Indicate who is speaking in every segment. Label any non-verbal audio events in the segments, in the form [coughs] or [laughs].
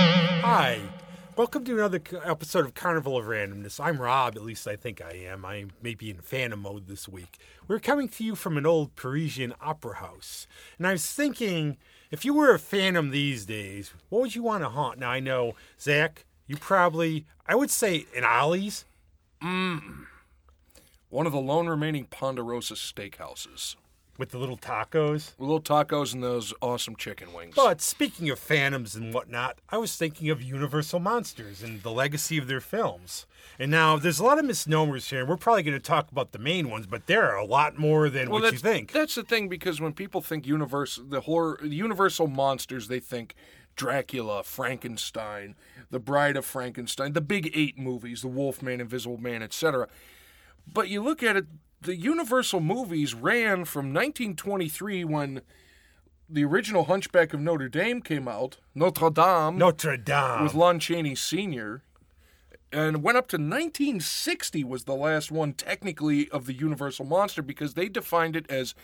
Speaker 1: Hi. Welcome to another c- episode of Carnival of Randomness. I'm Rob, at least I think I am. I may be in phantom mode this week. We're coming to you from an old Parisian opera house. And I was thinking, if you were a phantom these days, what would you want to haunt? Now, I know, Zach, you probably, I would say an Ollie's.
Speaker 2: One of the lone remaining Ponderosa steakhouses.
Speaker 1: with the little tacos.
Speaker 2: Little tacos and those awesome chicken wings.
Speaker 1: But speaking of phantoms and whatnot, I was thinking of Universal Monsters and the legacy of their films. And now there's a lot of misnomers here. and We're probably going to talk about the main ones, but there are a lot more than
Speaker 2: Well,
Speaker 1: what you
Speaker 2: that's-
Speaker 1: think.
Speaker 2: That's the thing because when people think universe, the horror, the Universal monsters, they think Dracula, Frankenstein, The Bride of Frankenstein, the Big Eight movies, The Wolfman, Invisible Man, etc. But you look at it, the Universal movies ran from 1923 when the original Hunchback of Notre Dame came out, Notre Dame,
Speaker 1: Notre Dame.
Speaker 2: with Lon Chaney Sr. And went up to 1960 was the last one technically of the Universal monster because they defined it as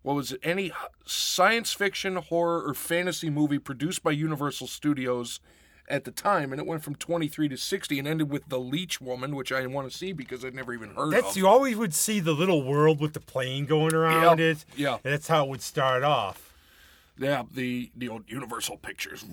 Speaker 2: what was it any h- science fiction, horror, or fantasy movie produced by Universal Studios at the time, and it went from 23 to 60 and ended with the Leech Woman, which I want to see because I'd never even heard
Speaker 1: that's
Speaker 2: of.
Speaker 1: you always would see the little world with the plane going around
Speaker 2: Yeah,
Speaker 1: it.
Speaker 2: yeah.
Speaker 1: And that's how it would start off.
Speaker 2: yeah, the the old Universal Pictures.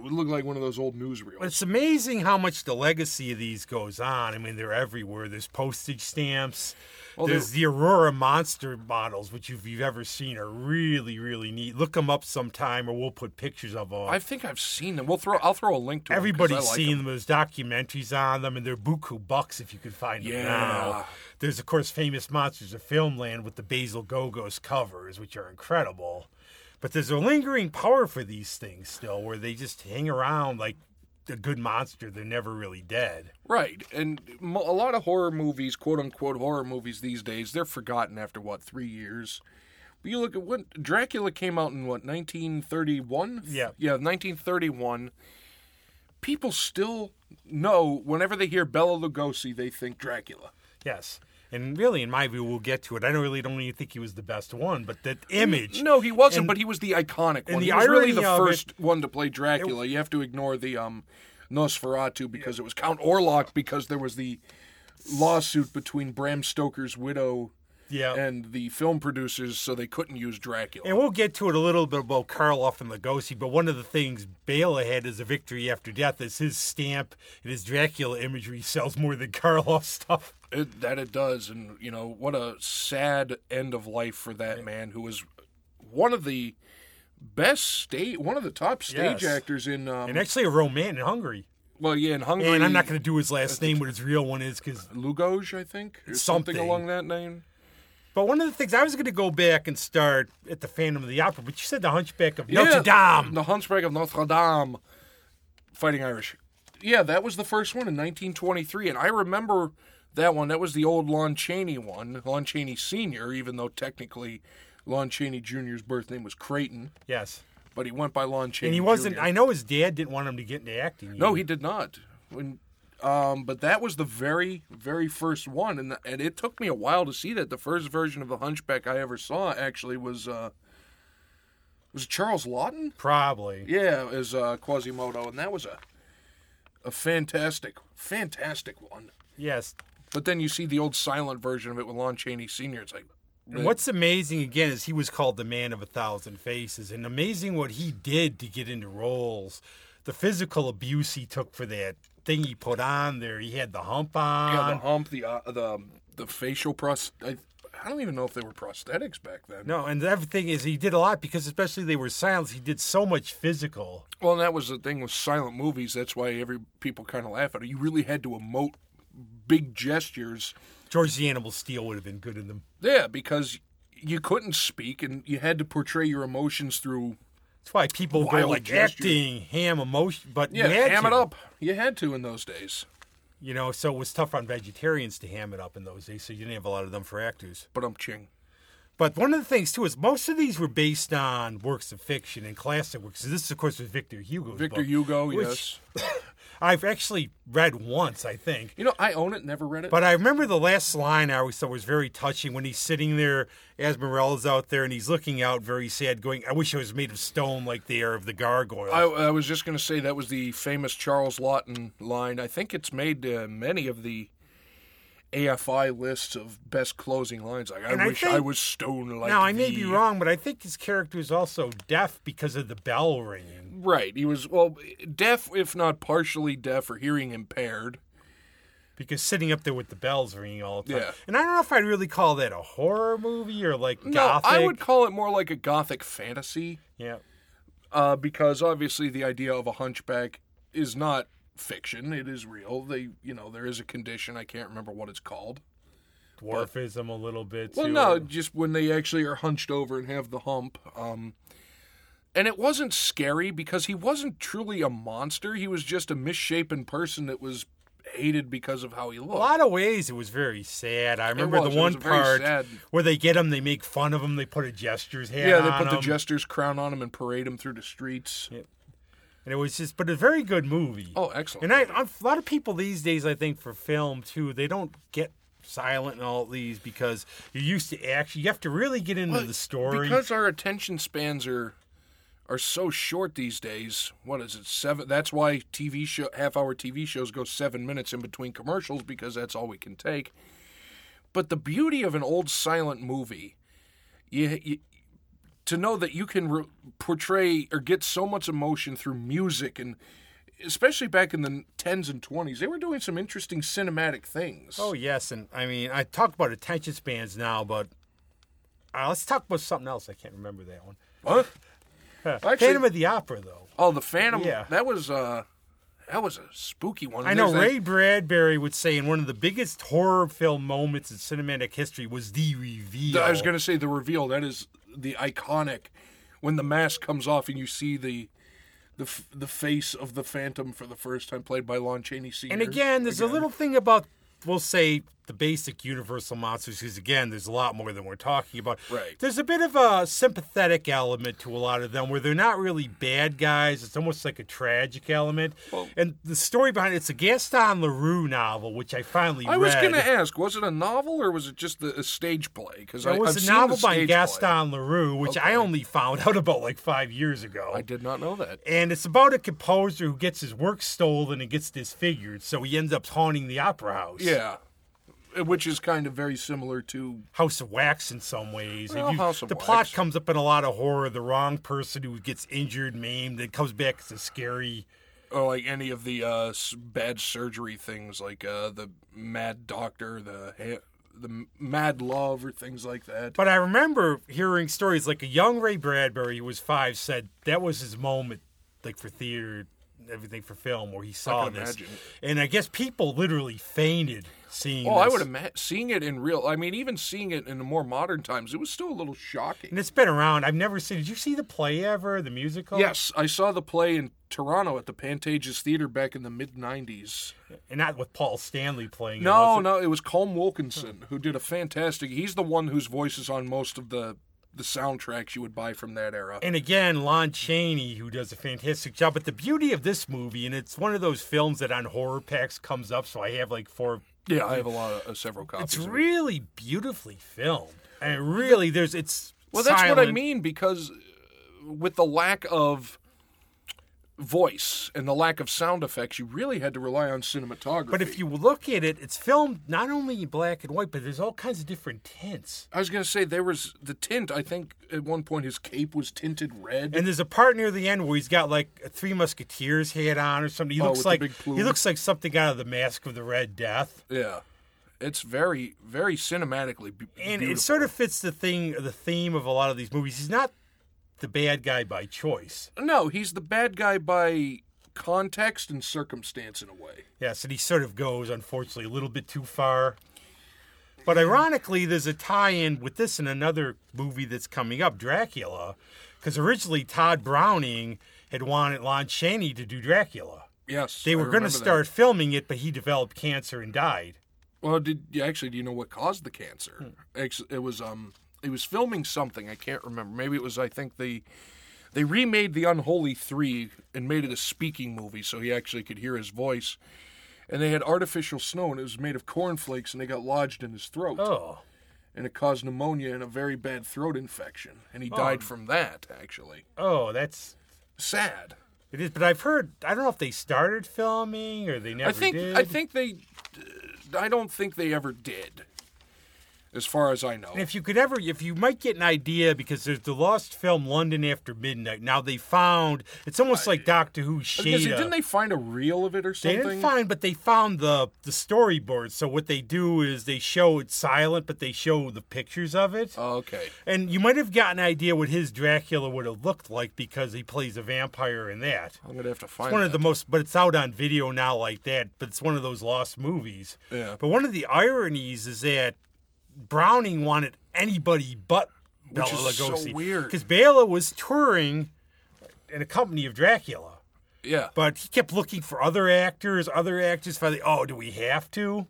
Speaker 2: It looked like one of those old newsreels.
Speaker 1: But it's amazing how much the legacy of these goes on. I mean, they're everywhere. There's postage stamps.
Speaker 2: Well,
Speaker 1: There's the Aurora Monster models, which if you've ever seen are really, really neat. Look them up sometime, or we'll put pictures of them.
Speaker 2: I think I've seen them. We'll throw. I'll throw a link to 'em 'cause I
Speaker 1: Everybody's
Speaker 2: like 'em.
Speaker 1: seen them. There's documentaries on them, and they're buku bucks if you can find them
Speaker 2: Yeah.
Speaker 1: now. There's of course famous monsters of Filmland with the Basil Gogos covers, which are incredible. But there's a lingering power for these things still, where they just hang around like a good monster. They're never really dead.
Speaker 2: Right, and mo- a lot of horror movies, quote unquote horror movies these days, they're forgotten after what three years. But you look at when Dracula came out in what 1931.
Speaker 1: Yeah.
Speaker 2: yeah, 1931. People still know whenever they hear Bela Lugosi, they think Dracula.
Speaker 1: Yes. And really, in my view, we'll get to it. I don't really don't even think he was the best one, but that image.
Speaker 2: No, he wasn't,
Speaker 1: And-
Speaker 2: but he was the iconic one.
Speaker 1: the
Speaker 2: he was really
Speaker 1: irony
Speaker 2: the
Speaker 1: of it-
Speaker 2: first one to play Dracula. you have to ignore the um, Nosferatu because it was Count Orlok because there was the lawsuit between Bram Stoker's widow
Speaker 1: Yeah. And,
Speaker 2: and the film producers, so they couldn't use Dracula.
Speaker 1: we'll get to it a little bit about Karloff and Lugosi, but one of the things Bela had as a victory after death is his stamp and his Dracula imagery sells more than Karloff stuff.
Speaker 2: It- that it does, and you know what a sad end of life for that man who was one of the best state, one of the top stage
Speaker 1: Yes.
Speaker 2: actors in. Um,
Speaker 1: And actually, a Roman in Hungary.
Speaker 2: well, yeah, in Hungary.
Speaker 1: And I'm not going to do his last name, what his real one is, because
Speaker 2: Lugoj, I think, or something.
Speaker 1: Something.
Speaker 2: along that name.
Speaker 1: But one of the things I was going to go back and start at the Phantom of the Opera, but you said the Hunchback of Notre
Speaker 2: Yeah,
Speaker 1: Dame.
Speaker 2: the Hunchback of Notre Dame, Fighting Irish. Yeah, that was the first one in 1923, and I remember that one. That was the old Lon Chaney one, Lon Chaney Senior, even though technically Lon Chaney Junior's birth name was Creighton,
Speaker 1: Yes,
Speaker 2: but he went by Lon Chaney.
Speaker 1: and he wasn't.
Speaker 2: Jr..
Speaker 1: I know his dad didn't want him to get into acting.
Speaker 2: no, he did not. When, um, but that was the very, very first one, and and it took me a while to see that. The first version of the Hunchback I ever saw actually was uh, was it Charles Lawton.
Speaker 1: probably.
Speaker 2: Yeah, is uh, Quasimodo, and that was a a fantastic, fantastic one.
Speaker 1: Yes.
Speaker 2: But then you see the old silent version of it with Lon Chaney Sr. It's like,
Speaker 1: And what's amazing again is he was called the man of a thousand faces, and amazing what he did to get into roles. The physical abuse he took for that thing he put on there. He had the hump on.
Speaker 2: yeah, the hump, the uh, the the facial pros. I, I don't even know if they were prosthetics back then.
Speaker 1: no, and the other thing is he did a lot because especially they were silent. He did so much physical.
Speaker 2: Well, and that was the thing with silent movies. That's why every people kind of laugh at it. You really had to emote big gestures.
Speaker 1: George the Animal Steel would have been good in them.
Speaker 2: Yeah, because you couldn't speak and you had to portray your emotions through.
Speaker 1: That's why people go
Speaker 2: Wild
Speaker 1: like
Speaker 2: gesture.
Speaker 1: acting, ham emotion, but you
Speaker 2: Yeah,
Speaker 1: had
Speaker 2: ham it
Speaker 1: to.
Speaker 2: up. You had to in those days.
Speaker 1: You know, so it was tough on vegetarians to ham it up in those days. So you didn't have a lot of them for actors.
Speaker 2: But I'm ching.
Speaker 1: But one of the things too is most of these were based on works of fiction and classic works. This, of course, was Victor Hugo's.
Speaker 2: Victor
Speaker 1: book,
Speaker 2: Hugo,
Speaker 1: which
Speaker 2: yes.
Speaker 1: [laughs] I've actually read once, I think.
Speaker 2: You know, I own it, never read it.
Speaker 1: But I remember the last line I always thought was very touching when he's sitting there, Asmorella's out there, and he's looking out very sad, going, I wish I was made of stone like they are of the gargoyles.
Speaker 2: I, I was just going to say that was the famous Charles Lawton line. I think it's made uh, many of the AFI lists of best closing lines. Like, I
Speaker 1: And I
Speaker 2: wish I,
Speaker 1: think-
Speaker 2: was stone like
Speaker 1: now, I may
Speaker 2: thee."
Speaker 1: be wrong, but I think his character is also deaf because of the bell ringing.
Speaker 2: Right. He was, well, deaf, if not partially deaf or hearing impaired.
Speaker 1: Because sitting up there with the bells ringing all the time.
Speaker 2: Yeah.
Speaker 1: And I don't know if I'd really call that a horror movie or like gothic.
Speaker 2: No, I would call it more like a gothic fantasy
Speaker 1: Yeah.
Speaker 2: uh, because obviously the idea of a hunchback is not fiction. It is real. They, you know, there is a condition. I can't remember what it's called.
Speaker 1: Dwarfism a little bit.
Speaker 2: Well,
Speaker 1: too.
Speaker 2: no, just when they actually are hunched over and have the hump. Um, and it wasn't scary because he wasn't truly a monster. He was just a misshapen person that was hated because of how he
Speaker 1: a
Speaker 2: looked.
Speaker 1: lot of ways it was very sad. I remember
Speaker 2: was.
Speaker 1: the
Speaker 2: It
Speaker 1: one
Speaker 2: was very
Speaker 1: part
Speaker 2: sad.
Speaker 1: where they get him, they make fun of him, they put a jester's hat
Speaker 2: Yeah, they
Speaker 1: on
Speaker 2: put the
Speaker 1: him,
Speaker 2: jester's crown on him and parade him through the streets.
Speaker 1: and it was just, but a very good movie.
Speaker 2: Oh, excellent.
Speaker 1: and I, I, a lot of people these days, I think, for film too, they don't get silent and all these because you're used to action. You have to really get into the story.
Speaker 2: because our attention spans are are so short these days. What is it? Seven. That's why TV show half hour TV shows go seven minutes in between commercials because that's all we can take. But the beauty of an old silent movie, you, you to know that you can re- portray or get so much emotion through music and especially back in the 10s and 20s they were doing some interesting cinematic things
Speaker 1: oh yes, and I mean, I talk about attention spans now, but uh, let's talk about something else. I can't remember that one.
Speaker 2: Huh? Actually-
Speaker 1: Phantom of the Opera, though.
Speaker 2: Oh, the Phantom.
Speaker 1: Yeah.
Speaker 2: That was uh that was a spooky one.
Speaker 1: I
Speaker 2: And
Speaker 1: know
Speaker 2: there's that-
Speaker 1: Ray Bradbury would say in one of the biggest horror film moments in cinematic history was the reveal.
Speaker 2: I was gonna say the reveal. That is the iconic when the mask comes off and you see the the f- the face of the Phantom for the first time, played by Lon Chaney Sr.
Speaker 1: and again, there's a little thing about we'll say the basic universal monsters because again, there's a lot more than we're talking about.
Speaker 2: Right.
Speaker 1: There's a bit of a sympathetic element to a lot of them where they're not really bad guys. It's almost like a tragic element. and the story behind it's a Gaston Leroux novel, which I finally
Speaker 2: I
Speaker 1: read.
Speaker 2: was gonna ask, was it a novel or was it just the, a stage play? Because
Speaker 1: It was
Speaker 2: I've
Speaker 1: a
Speaker 2: seen
Speaker 1: novel
Speaker 2: the
Speaker 1: by
Speaker 2: stage Play.
Speaker 1: Gaston Leroux, which I only found out about like five years ago.
Speaker 2: I did not know that.
Speaker 1: and it's about a composer who gets his work stolen and gets disfigured, so he ends up haunting the opera house.
Speaker 2: Yeah, which is kind of very similar to
Speaker 1: House of Wax in some ways. If
Speaker 2: Well, House of
Speaker 1: the plot
Speaker 2: Wax.
Speaker 1: comes up in a lot of horror. The wrong person who gets injured, maimed, then comes back as a scary.
Speaker 2: or like any of the uh, s- bad surgery things, like uh, the Mad Doctor, the ha- the M- Mad Love, or things like that.
Speaker 1: But I remember hearing stories like a young Ray Bradbury, who was five, said that was his moment, like for theater, everything for film, where he saw
Speaker 2: can
Speaker 1: this.
Speaker 2: imagine.
Speaker 1: And I guess people literally fainted seeing.
Speaker 2: oh, I
Speaker 1: this.
Speaker 2: would imagine seeing it in real. I mean, even seeing it in the more modern times, it was still a little shocking.
Speaker 1: And it's been around. I've never seen. Did you see the play ever? The musical?
Speaker 2: Yes, I saw the play in Toronto at the Pantages Theater back in the mid '90s.
Speaker 1: and not with Paul Stanley playing. it,
Speaker 2: No,
Speaker 1: was it?
Speaker 2: no, it was Colm Wilkinson who did a fantastic. He's the one whose voice is on most of the the soundtracks you would buy from that era.
Speaker 1: And again, Lon Chaney, who does a fantastic job. But the beauty of this movie, and it's one of those films that on horror packs comes up, so I have like four.
Speaker 2: Yeah, I have a lot of uh, several copies.
Speaker 1: It's
Speaker 2: of it.
Speaker 1: really beautifully filmed, and really, there's it's.
Speaker 2: Well, that's what I
Speaker 1: silent.
Speaker 2: mean because uh, with the lack of voice and the lack of sound effects, you really had to rely on cinematography.
Speaker 1: But if you look at it, it's filmed not only in black and white, but there's all kinds of different tints.
Speaker 2: I was going to say there was the tint. I think at one point his cape was tinted red.
Speaker 1: And there's a part near the end where he's got like a Three Musketeers hat on or something. He
Speaker 2: Oh,
Speaker 1: looks
Speaker 2: with the
Speaker 1: like
Speaker 2: big plume.
Speaker 1: he looks like something out of the Mask of the Red Death.
Speaker 2: yeah, it's very, very cinematically be-
Speaker 1: and
Speaker 2: beautiful.
Speaker 1: it sort of fits the thing the theme of a lot of these movies he's not the bad guy by choice
Speaker 2: no, he's the bad guy by context and circumstance in a way.
Speaker 1: yes and he sort of goes unfortunately a little bit too far but ironically there's a tie-in with this in another movie that's coming up dracula because originally todd browning had wanted lon chaney to do dracula
Speaker 2: Yes,
Speaker 1: they
Speaker 2: I
Speaker 1: were going to
Speaker 2: remember that.
Speaker 1: start filming it but he developed cancer and died
Speaker 2: Well, did yeah, actually? Do you know what caused the
Speaker 1: Hmm.
Speaker 2: cancer? Ex- It was um, it was filming something. I can't remember. Maybe it was. I think the They remade The Unholy Three and made it a speaking movie so he actually could hear his voice. And they had artificial snow and it was made of cornflakes and they got lodged in his throat.
Speaker 1: Oh.
Speaker 2: And it caused pneumonia and a very bad throat infection. And he died from that, actually.
Speaker 1: Oh, that's
Speaker 2: Sad.
Speaker 1: it is. But I've heard. I don't know if they started filming or they never
Speaker 2: I think
Speaker 1: did.
Speaker 2: I think they I don't think they ever did. As far as I know.
Speaker 1: And if you could ever, if you might get an idea, because there's the lost film London After Midnight. Now they found it's almost like Doctor Who
Speaker 2: I was gonna say, didn't
Speaker 1: Shada.
Speaker 2: they find a reel of it or
Speaker 1: They
Speaker 2: something?
Speaker 1: didn't find, but they found the the storyboard. So what they do is they show it's silent, but they show the pictures of it.
Speaker 2: Oh, okay.
Speaker 1: And you might have gotten an idea what his Dracula would have looked like because he plays a vampire in that.
Speaker 2: I'm gonna have to
Speaker 1: It's
Speaker 2: find
Speaker 1: one of
Speaker 2: that.
Speaker 1: the most, but it's out on video now like that. But it's one of those lost movies.
Speaker 2: Yeah.
Speaker 1: But one of the ironies is that Browning wanted anybody but Bela
Speaker 2: is so
Speaker 1: Lugosi.
Speaker 2: weird.
Speaker 1: because Bela was touring in a company of Dracula,
Speaker 2: Yeah.
Speaker 1: but he kept looking for other actors, other actors. Finally, oh, do we have to?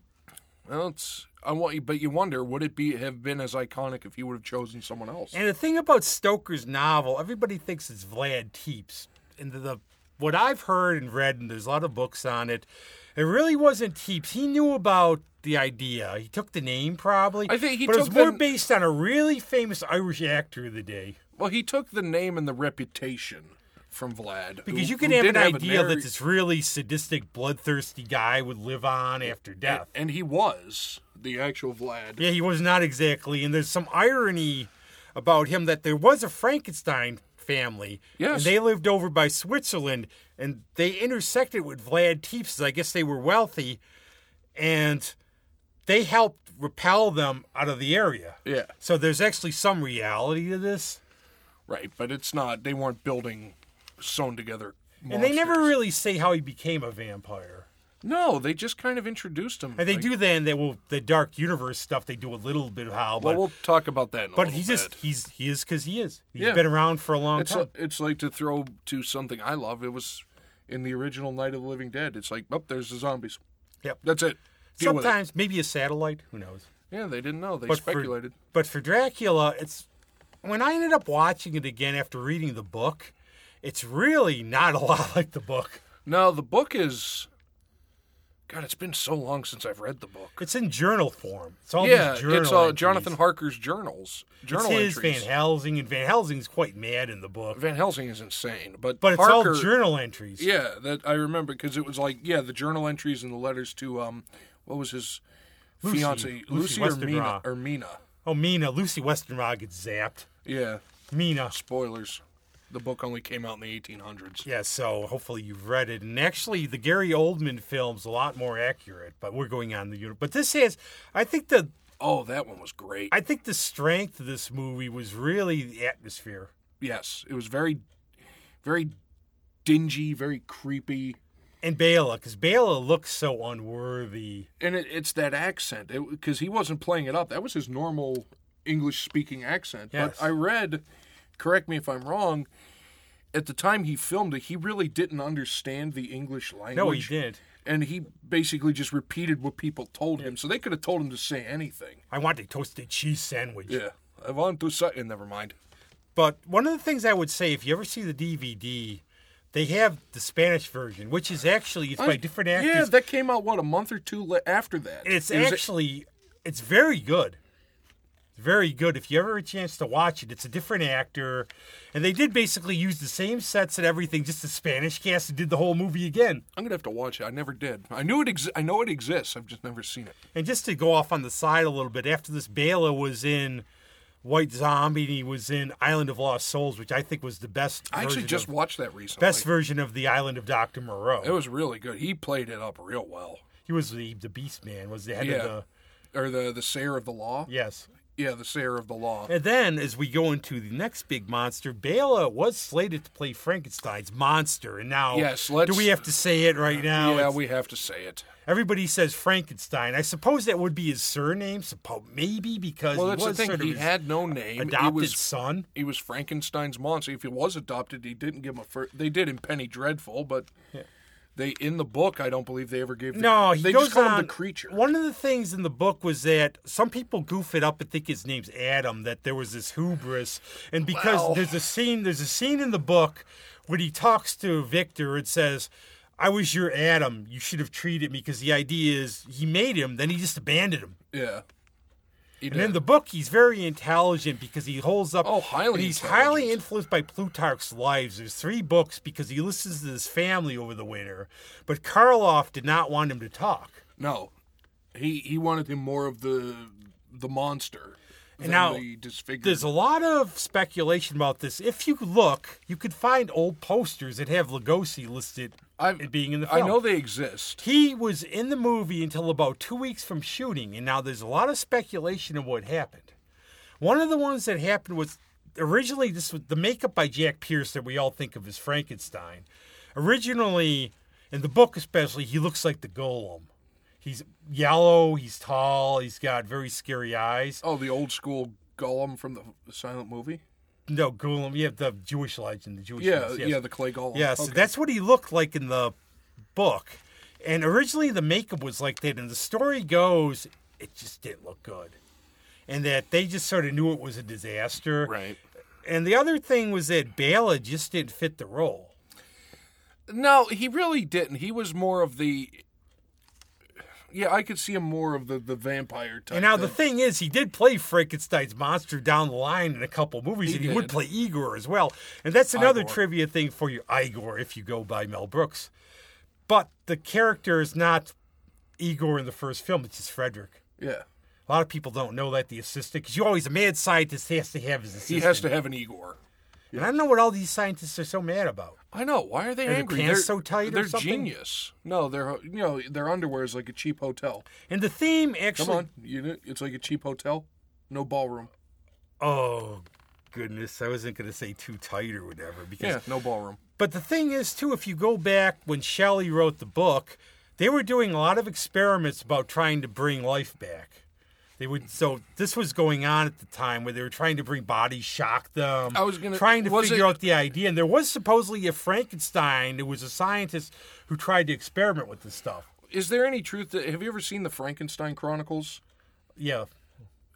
Speaker 2: Well, it's I want you, but you wonder would it be have been as iconic if you would have chosen someone else?
Speaker 1: And the thing about Stoker's novel, everybody thinks it's Vlad Tepes. And the, the what I've heard and read, and there's a lot of books on it, it really wasn't Tepes. He knew about the idea. He took the name probably.
Speaker 2: I think he
Speaker 1: but it
Speaker 2: took
Speaker 1: was more
Speaker 2: the-
Speaker 1: based on a really famous Irish actor of the day.
Speaker 2: Well, he took the name and the reputation from Vlad
Speaker 1: Because
Speaker 2: who-
Speaker 1: you can
Speaker 2: who
Speaker 1: have
Speaker 2: did
Speaker 1: an
Speaker 2: a
Speaker 1: idea
Speaker 2: very-
Speaker 1: that this really sadistic, bloodthirsty guy would live on after death.
Speaker 2: and he was the actual Vlad.
Speaker 1: Yeah, he was not exactly. And there's some irony about him that there was a Frankenstein family. And
Speaker 2: Yes.
Speaker 1: they lived over by Switzerland and they intersected with Vlad Tepes. I guess they were wealthy and they helped repel them out of the area.
Speaker 2: Yeah.
Speaker 1: So there's actually some reality to this.
Speaker 2: right. But it's not. They weren't building sewn together.
Speaker 1: And they never
Speaker 2: monsters.
Speaker 1: really say how he became a vampire.
Speaker 2: No, they just kind of introduced him.
Speaker 1: And they
Speaker 2: Like,
Speaker 1: do then they will the dark universe stuff they do a little bit of how
Speaker 2: Well,
Speaker 1: but
Speaker 2: we'll talk about that. In
Speaker 1: but
Speaker 2: a
Speaker 1: he
Speaker 2: little
Speaker 1: just
Speaker 2: bit.
Speaker 1: he's he is cuz he is. He's
Speaker 2: Yeah.
Speaker 1: been around for a long
Speaker 2: It's
Speaker 1: time.
Speaker 2: li- it's like to throw to something I love. It was in the original Night of the Living Dead. It's like, oh, there's the zombies.
Speaker 1: Yep.
Speaker 2: That's it. Deal with it.
Speaker 1: Sometimes maybe a satellite, who knows?
Speaker 2: Yeah, they didn't know. They
Speaker 1: for-
Speaker 2: speculated.
Speaker 1: but for Dracula, it's when I ended up watching it again after reading the book, it's really not a [laughs] lot like the book.
Speaker 2: No, the book is. God, it's been so long since I've read the book.
Speaker 1: It's in journal form. It's all
Speaker 2: yeah,
Speaker 1: these journal
Speaker 2: it's uh,
Speaker 1: all
Speaker 2: Jonathan Harker's journals. Journal
Speaker 1: It's his
Speaker 2: entries.
Speaker 1: Van Helsing, and Van Helsing's quite mad in the book,
Speaker 2: Van Helsing is insane, but
Speaker 1: but it's
Speaker 2: Harker,
Speaker 1: all journal entries.
Speaker 2: Yeah, that I remember because it was like yeah, the journal entries and the letters to um, what was his
Speaker 1: Lucy.
Speaker 2: fiance
Speaker 1: Lucy
Speaker 2: Lucy or Mina
Speaker 1: Westenra.
Speaker 2: or Mina?
Speaker 1: Oh, Mina, Lucy Westenra gets zapped.
Speaker 2: Yeah,
Speaker 1: Mina.
Speaker 2: spoilers. The book only came out in the 1800s.
Speaker 1: Yeah, so hopefully you've read it. And actually, the Gary Oldman film's a lot more accurate, but we're going on the unit. But this has, I think the
Speaker 2: Oh, that one was great.
Speaker 1: I think the strength of this movie was really the atmosphere.
Speaker 2: yes, it was very, very dingy, very creepy.
Speaker 1: And Bela, because Bela looks so unworthy.
Speaker 2: and it, it's that accent because he wasn't playing it up. That was his normal English speaking accent.
Speaker 1: Yes.
Speaker 2: But I read, correct me if I'm wrong, at the time he filmed it, he really didn't understand the English language.
Speaker 1: No, he did.
Speaker 2: And he basically just repeated what people told him. So they could have told him to say anything.
Speaker 1: I want a toasted cheese sandwich.
Speaker 2: Yeah. I want to say, and never mind.
Speaker 1: But one of the things I would say, if you ever see the DVD, they have the Spanish version, which is actually it's by different actors.
Speaker 2: Yeah, that came out, what, a month or two li- after that?
Speaker 1: it's
Speaker 2: It was-
Speaker 1: actually it's very good very good if you ever have a chance to watch it it's a different actor and they did basically use the same sets and everything just the spanish cast did the whole movie again
Speaker 2: I'm going to have to watch it. I never did. I knew it ex- I know it exists. I've just never seen it.
Speaker 1: and just to go off on the side a little bit after this Bela was in white zombie and he was in island of lost souls which i think was the best
Speaker 2: I actually
Speaker 1: version
Speaker 2: just
Speaker 1: of,
Speaker 2: watched that recently.
Speaker 1: best version of the island of dr moreau
Speaker 2: It was really good. He played it up real well.
Speaker 1: he was the, the beast man was the head
Speaker 2: Yeah.
Speaker 1: of the
Speaker 2: Or the the Sayer of the Law.
Speaker 1: yes
Speaker 2: Yeah, the Sayer of the Law.
Speaker 1: And then, as we go into the next big monster, Bela was slated to play Frankenstein's monster, and now
Speaker 2: Yes, let's-
Speaker 1: do we have to say it right now?
Speaker 2: yeah,
Speaker 1: It's-
Speaker 2: we have to say it.
Speaker 1: everybody says Frankenstein. I suppose that would be his surname, suppo- maybe because
Speaker 2: Well,
Speaker 1: he
Speaker 2: that's
Speaker 1: was
Speaker 2: the thing.
Speaker 1: sort of
Speaker 2: he
Speaker 1: his
Speaker 2: had no name.
Speaker 1: adopted
Speaker 2: he was
Speaker 1: son.
Speaker 2: he was Frankenstein's monster. If he was adopted, he didn't give him a first. They did in Penny Dreadful, but They in the book, I don't believe they ever gave. The,
Speaker 1: No, he
Speaker 2: they
Speaker 1: goes
Speaker 2: just call
Speaker 1: on.
Speaker 2: him the creature.
Speaker 1: One of the things in the book was that some people goof it up and think his name's Adam. That there was this hubris, and because
Speaker 2: Well.
Speaker 1: there's a scene, there's a scene in the book when he talks to Victor and says. I was your Adam. You should have treated me because the idea is he made him, then he just abandoned him.
Speaker 2: Yeah. He
Speaker 1: And in
Speaker 2: did.
Speaker 1: the book, he's very intelligent because he holds up.
Speaker 2: Oh, highly
Speaker 1: and He's
Speaker 2: intelligent.
Speaker 1: highly influenced by Plutarch's Lives. There's three books because he listens to his family over the winter, but Karloff did not want him to talk.
Speaker 2: no, he he wanted him more of the the monster than
Speaker 1: now,
Speaker 2: the disfigured.
Speaker 1: There's a lot of speculation about this. If you look, you could find old posters that have Lugosi listed
Speaker 2: I've-
Speaker 1: as being in the
Speaker 2: I
Speaker 1: film.
Speaker 2: know they exist.
Speaker 1: He was in the movie until about two weeks from shooting, and now there's a lot of speculation of what happened. One of the ones that happened was originally this was the makeup by Jack Pierce that we all think of as Frankenstein. Originally, in the book especially, he looks like the Golem. He's yellow, he's tall, he's got very scary eyes.
Speaker 2: Oh, the old school golem from the silent movie.
Speaker 1: No, Golem, you have the Jewish legend, the Jewish
Speaker 2: Yeah,
Speaker 1: myth, yes.
Speaker 2: yeah, the clay golem.
Speaker 1: Yeah, so
Speaker 2: Okay.
Speaker 1: that's what he looked like in the book. And originally the makeup was like that, and the story goes, it just didn't look good. And that they just sort of knew it was a disaster.
Speaker 2: right.
Speaker 1: And the other thing was that Bala just didn't fit the role.
Speaker 2: No, he really didn't. He was more of the. Yeah, I could see him more of the, the vampire type.
Speaker 1: And now the
Speaker 2: thing.
Speaker 1: thing is, he did play Frankenstein's monster down the line in a couple movies,
Speaker 2: He
Speaker 1: and he would
Speaker 2: did.
Speaker 1: play Igor as well. And that's another
Speaker 2: Igor.
Speaker 1: trivia thing for you, Igor, if you go by Mel Brooks. But the character is not Igor in the first film; it's just Frederick.
Speaker 2: yeah,
Speaker 1: A lot of people don't know that the assistant, because you always a mad scientist has to have his
Speaker 2: he
Speaker 1: assistant.
Speaker 2: has to have an Igor.
Speaker 1: And I don't know what all these scientists are so mad about.
Speaker 2: I know. Why are they
Speaker 1: their
Speaker 2: angry?
Speaker 1: pants so tight or
Speaker 2: They're
Speaker 1: something?
Speaker 2: genius. No, they're you know their underwear is like a cheap hotel.
Speaker 1: And the theme actually.
Speaker 2: Come on, you know, it's like a cheap hotel, no ballroom.
Speaker 1: Oh goodness, I wasn't going to say too tight or whatever because.
Speaker 2: Yeah, no ballroom.
Speaker 1: But the thing is too, if you go back when Shelley wrote the book, they were doing a lot of experiments about trying to bring life back. They would so this was going on at the time where they were trying to bring body shock them.
Speaker 2: I was gonna-
Speaker 1: trying to
Speaker 2: was
Speaker 1: figure
Speaker 2: it-
Speaker 1: out the idea, and there was supposedly a Frankenstein who was a scientist who tried to experiment with this stuff.
Speaker 2: Is there any truth? To, have you ever seen the Frankenstein Chronicles?
Speaker 1: Yeah,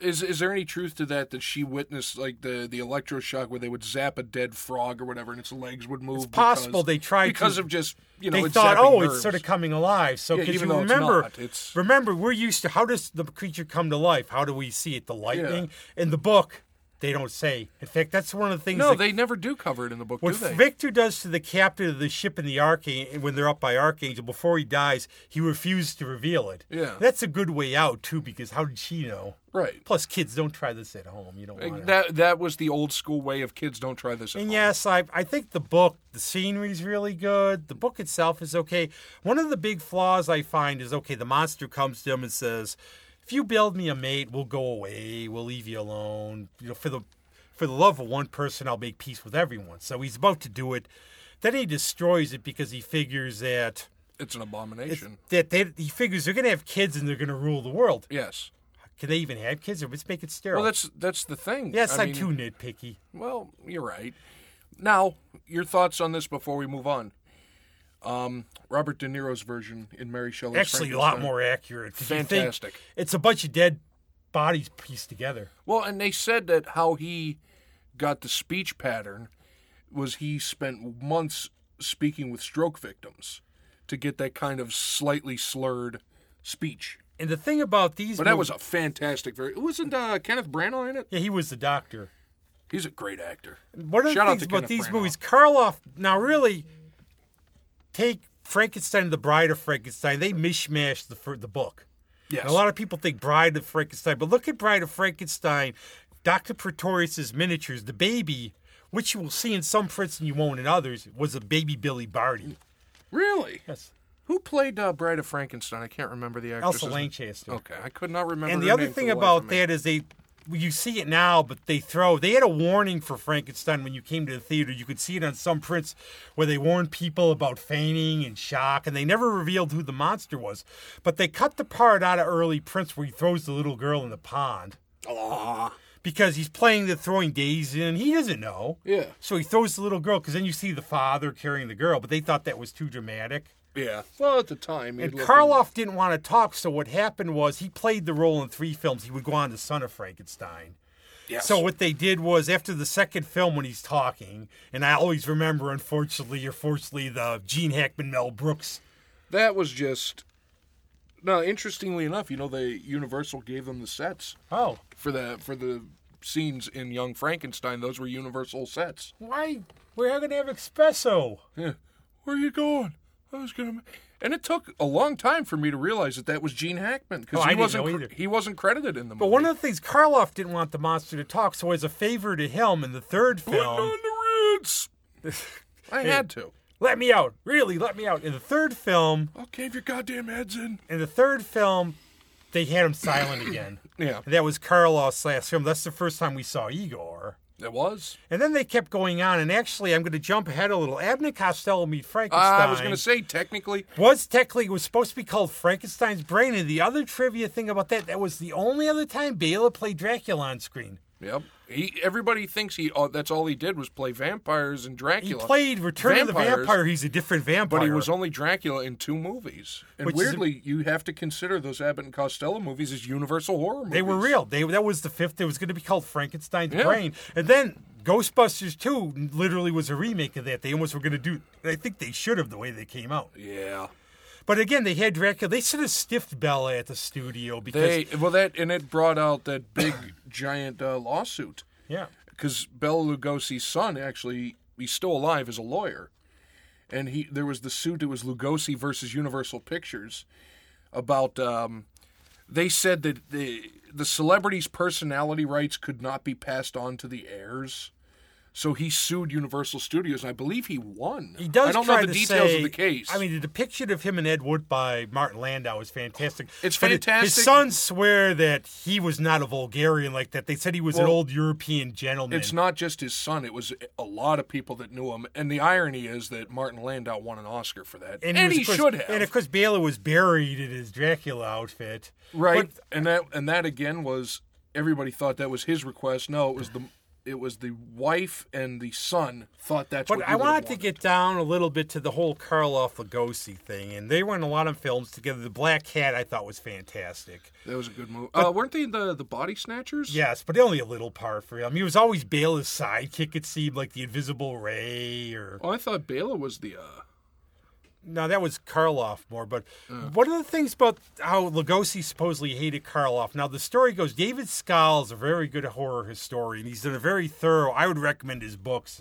Speaker 2: Is is there any truth to that that she witnessed like the the electroshock where they would zap a dead frog or whatever and its legs would move? It's
Speaker 1: possible they tried to-
Speaker 2: because of just you know
Speaker 1: they
Speaker 2: it's
Speaker 1: thought,
Speaker 2: zapping
Speaker 1: oh,
Speaker 2: nerves.
Speaker 1: it's sort of coming alive. So
Speaker 2: Yeah,
Speaker 1: because
Speaker 2: even
Speaker 1: you
Speaker 2: though it's
Speaker 1: remember,
Speaker 2: not, it's-
Speaker 1: remember, we're used to how does the creature come to life? How do we see it? The lightning in the book, they don't say. In fact, that's one of the things.
Speaker 2: no.
Speaker 1: that-
Speaker 2: they never do cover it in the book,
Speaker 1: what
Speaker 2: do they?
Speaker 1: Victor does to the captain of the ship in the Archangel when they're up by Archangel before he dies, he refused to reveal it.
Speaker 2: Yeah.
Speaker 1: that's a good way out too, because how did she know?
Speaker 2: right.
Speaker 1: Plus, kids don't try this at home. You don't.
Speaker 2: Like,
Speaker 1: want to.
Speaker 2: That that was the old school way of kids don't try this. At
Speaker 1: And
Speaker 2: home.
Speaker 1: yes, I I think the book, the scenery's really good. The book itself is okay. One of the big flaws I find is okay, the monster comes to him and says, "If you build me a mate, we'll go away. We'll leave you alone. You know, for the for the love of one person, I'll make peace with everyone." So he's about to do it. Then he destroys it because he figures that
Speaker 2: it's an abomination.
Speaker 1: that they, he figures they're going to have kids and they're going to rule the world.
Speaker 2: yes.
Speaker 1: Can they even have kids or let's make it sterile?
Speaker 2: Well, that's that's the thing.
Speaker 1: yes,
Speaker 2: I
Speaker 1: I'm
Speaker 2: mean,
Speaker 1: too nitpicky.
Speaker 2: Well, you're right. Now, your thoughts on this before we move on. Um, Robert De Niro's version in Mary Shelley's
Speaker 1: actually a lot
Speaker 2: Frankenstein.
Speaker 1: more accurate. 'cause you think
Speaker 2: Fantastic.
Speaker 1: It's a bunch of dead bodies pieced together.
Speaker 2: Well, and they said that how he got the speech pattern was he spent months speaking with stroke victims to get that kind of slightly slurred speech.
Speaker 1: And the thing about these,
Speaker 2: But that
Speaker 1: movies-
Speaker 2: was a fantastic. Very wasn't uh, Kenneth Branagh in it?
Speaker 1: yeah, he was the doctor.
Speaker 2: He's a great actor.
Speaker 1: One of the
Speaker 2: Shout out
Speaker 1: things
Speaker 2: to
Speaker 1: about
Speaker 2: Kenneth
Speaker 1: these
Speaker 2: Branagh.
Speaker 1: movies, Karloff. Now, really, take Frankenstein and the Bride of Frankenstein. They mishmash the fir- the book.
Speaker 2: Yes.
Speaker 1: And a lot of people think Bride of Frankenstein, but look at Bride of Frankenstein, Dr. Pretorius's miniatures, the baby, which you will see in some prints and you won't in others, was a baby Billy Barty.
Speaker 2: really?
Speaker 1: Yes.
Speaker 2: Who played uh, Bride of Frankenstein? I can't remember the actress.
Speaker 1: Elsa Lanchester.
Speaker 2: Okay, I could not remember.
Speaker 1: And
Speaker 2: her
Speaker 1: the other
Speaker 2: name for
Speaker 1: thing
Speaker 2: life
Speaker 1: about
Speaker 2: of me.
Speaker 1: that is they, you see it now, but they throw. They had a warning for Frankenstein when you came to the theater. You could see it on some prints where they warned people about fainting and shock, and they never revealed who the monster was. But they cut the part out of early prints where he throws the little girl in the pond
Speaker 2: Ah,
Speaker 1: because he's playing the throwing days in. He doesn't know.
Speaker 2: Yeah.
Speaker 1: So he throws the little girl because then you see the father carrying the girl, but they thought that was too dramatic.
Speaker 2: Yeah. Well, at the time, he
Speaker 1: And
Speaker 2: looked-
Speaker 1: Karloff didn't want to talk, so what happened was he played the role in three films. He would go on to Son of Frankenstein.
Speaker 2: Yes.
Speaker 1: So what they did was after the second film when he's talking, and I always remember, unfortunately or fortunately, the Gene Hackman Mel Brooks.
Speaker 2: that was just. No, interestingly enough, you know, they Universal gave them the sets
Speaker 1: Oh,
Speaker 2: for the for the scenes in Young Frankenstein. Those were Universal sets.
Speaker 1: why we're not gonna have espresso?
Speaker 2: Yeah. Where are you going? I was gonna. And it took a long time for me to realize that that was Gene Hackman because
Speaker 1: Oh, I
Speaker 2: he
Speaker 1: didn't
Speaker 2: wasn't
Speaker 1: know
Speaker 2: cre-
Speaker 1: either.
Speaker 2: he wasn't credited in the movie.
Speaker 1: But one of the things Karloff didn't want the monster to talk, so as a favor to him in the third
Speaker 2: Putting
Speaker 1: film,
Speaker 2: on the
Speaker 1: [laughs]
Speaker 2: Ritz. [laughs] I had to.
Speaker 1: let me out, really, let me out. In the third film,
Speaker 2: I'll cave your goddamn heads in.
Speaker 1: in the third film, they had him silent again.
Speaker 2: Yeah,
Speaker 1: And that was Karloff's last film. That's the first time we saw Igor.
Speaker 2: it was.
Speaker 1: And then they kept going on, and actually, I'm going to jump ahead a little. Abner Costello meet Frankenstein.
Speaker 2: I was going to say technically.
Speaker 1: was technically it was supposed to be called Frankenstein's Brain. And the other trivia thing about that, that was the only other time Bela played Dracula on screen.
Speaker 2: Yep. He everybody thinks he oh, that's all he did was play vampires and
Speaker 1: He
Speaker 2: Dracula.
Speaker 1: played Return of the
Speaker 2: Vampires.
Speaker 1: Vampire. He's a different vampire.
Speaker 2: but he was only Dracula in two movies. And
Speaker 1: Which is a-
Speaker 2: weirdly, you have to consider those Abbott and Costello movies as universal horror movies.
Speaker 1: They were real. They that was the fifth. It was going to be called Frankenstein's
Speaker 2: Yeah.
Speaker 1: Brain, and then Ghostbusters Two literally was a remake of that. They almost were going to do. I think they should have the way they came out.
Speaker 2: Yeah.
Speaker 1: But again, they had Dracula. They should have stiffed Bella at the studio because
Speaker 2: They well that and it brought out that
Speaker 1: [coughs]
Speaker 2: big giant uh, lawsuit
Speaker 1: yeah,
Speaker 2: because Bela Lugosi's son actually he's still alive as a lawyer, and he there was the suit it was Lugosi versus Universal Pictures about um, they said that the the celebrity's personality rights could not be passed on to the heirs. So he sued Universal Studios, and I believe he won.
Speaker 1: he does.
Speaker 2: I don't
Speaker 1: try
Speaker 2: know the
Speaker 1: to
Speaker 2: details
Speaker 1: say-
Speaker 2: of the case.
Speaker 1: I mean, the depiction of him and Ed Wood by Martin Landau is fantastic.
Speaker 2: It's
Speaker 1: But it- His
Speaker 2: fantastic.
Speaker 1: sons swear that he was not a Vulgarian like that. They said he was an
Speaker 2: Well,
Speaker 1: old European gentleman.
Speaker 2: it's not just his son; it was a lot of people that knew him. And the irony is that Martin Landau won an Oscar for that, and,
Speaker 1: was,
Speaker 2: he,
Speaker 1: of course-
Speaker 2: should have.
Speaker 1: And of course, Bela was buried in his Dracula outfit.
Speaker 2: right and that and that again was everybody thought that was his request no it was the it was the wife and the son thought that's
Speaker 1: But
Speaker 2: what he
Speaker 1: I
Speaker 2: would've
Speaker 1: wanted to
Speaker 2: wanted.
Speaker 1: get down a little bit to the whole Karloff Lugosi thing, and they were in a lot of films together. The Black Cat I thought was fantastic.
Speaker 2: that was a good move uh, weren't they the the body snatchers
Speaker 1: Yes, but only a little part for him. He was always Bela's sidekick, it seemed like the Invisible Ray or
Speaker 2: oh i thought Bela was the uh
Speaker 1: No, that was Karloff more. But one of the things about how Lugosi supposedly hated Karloff. Now the story goes: David Scowl is a very good horror historian. He's done a very thorough. I would recommend his books.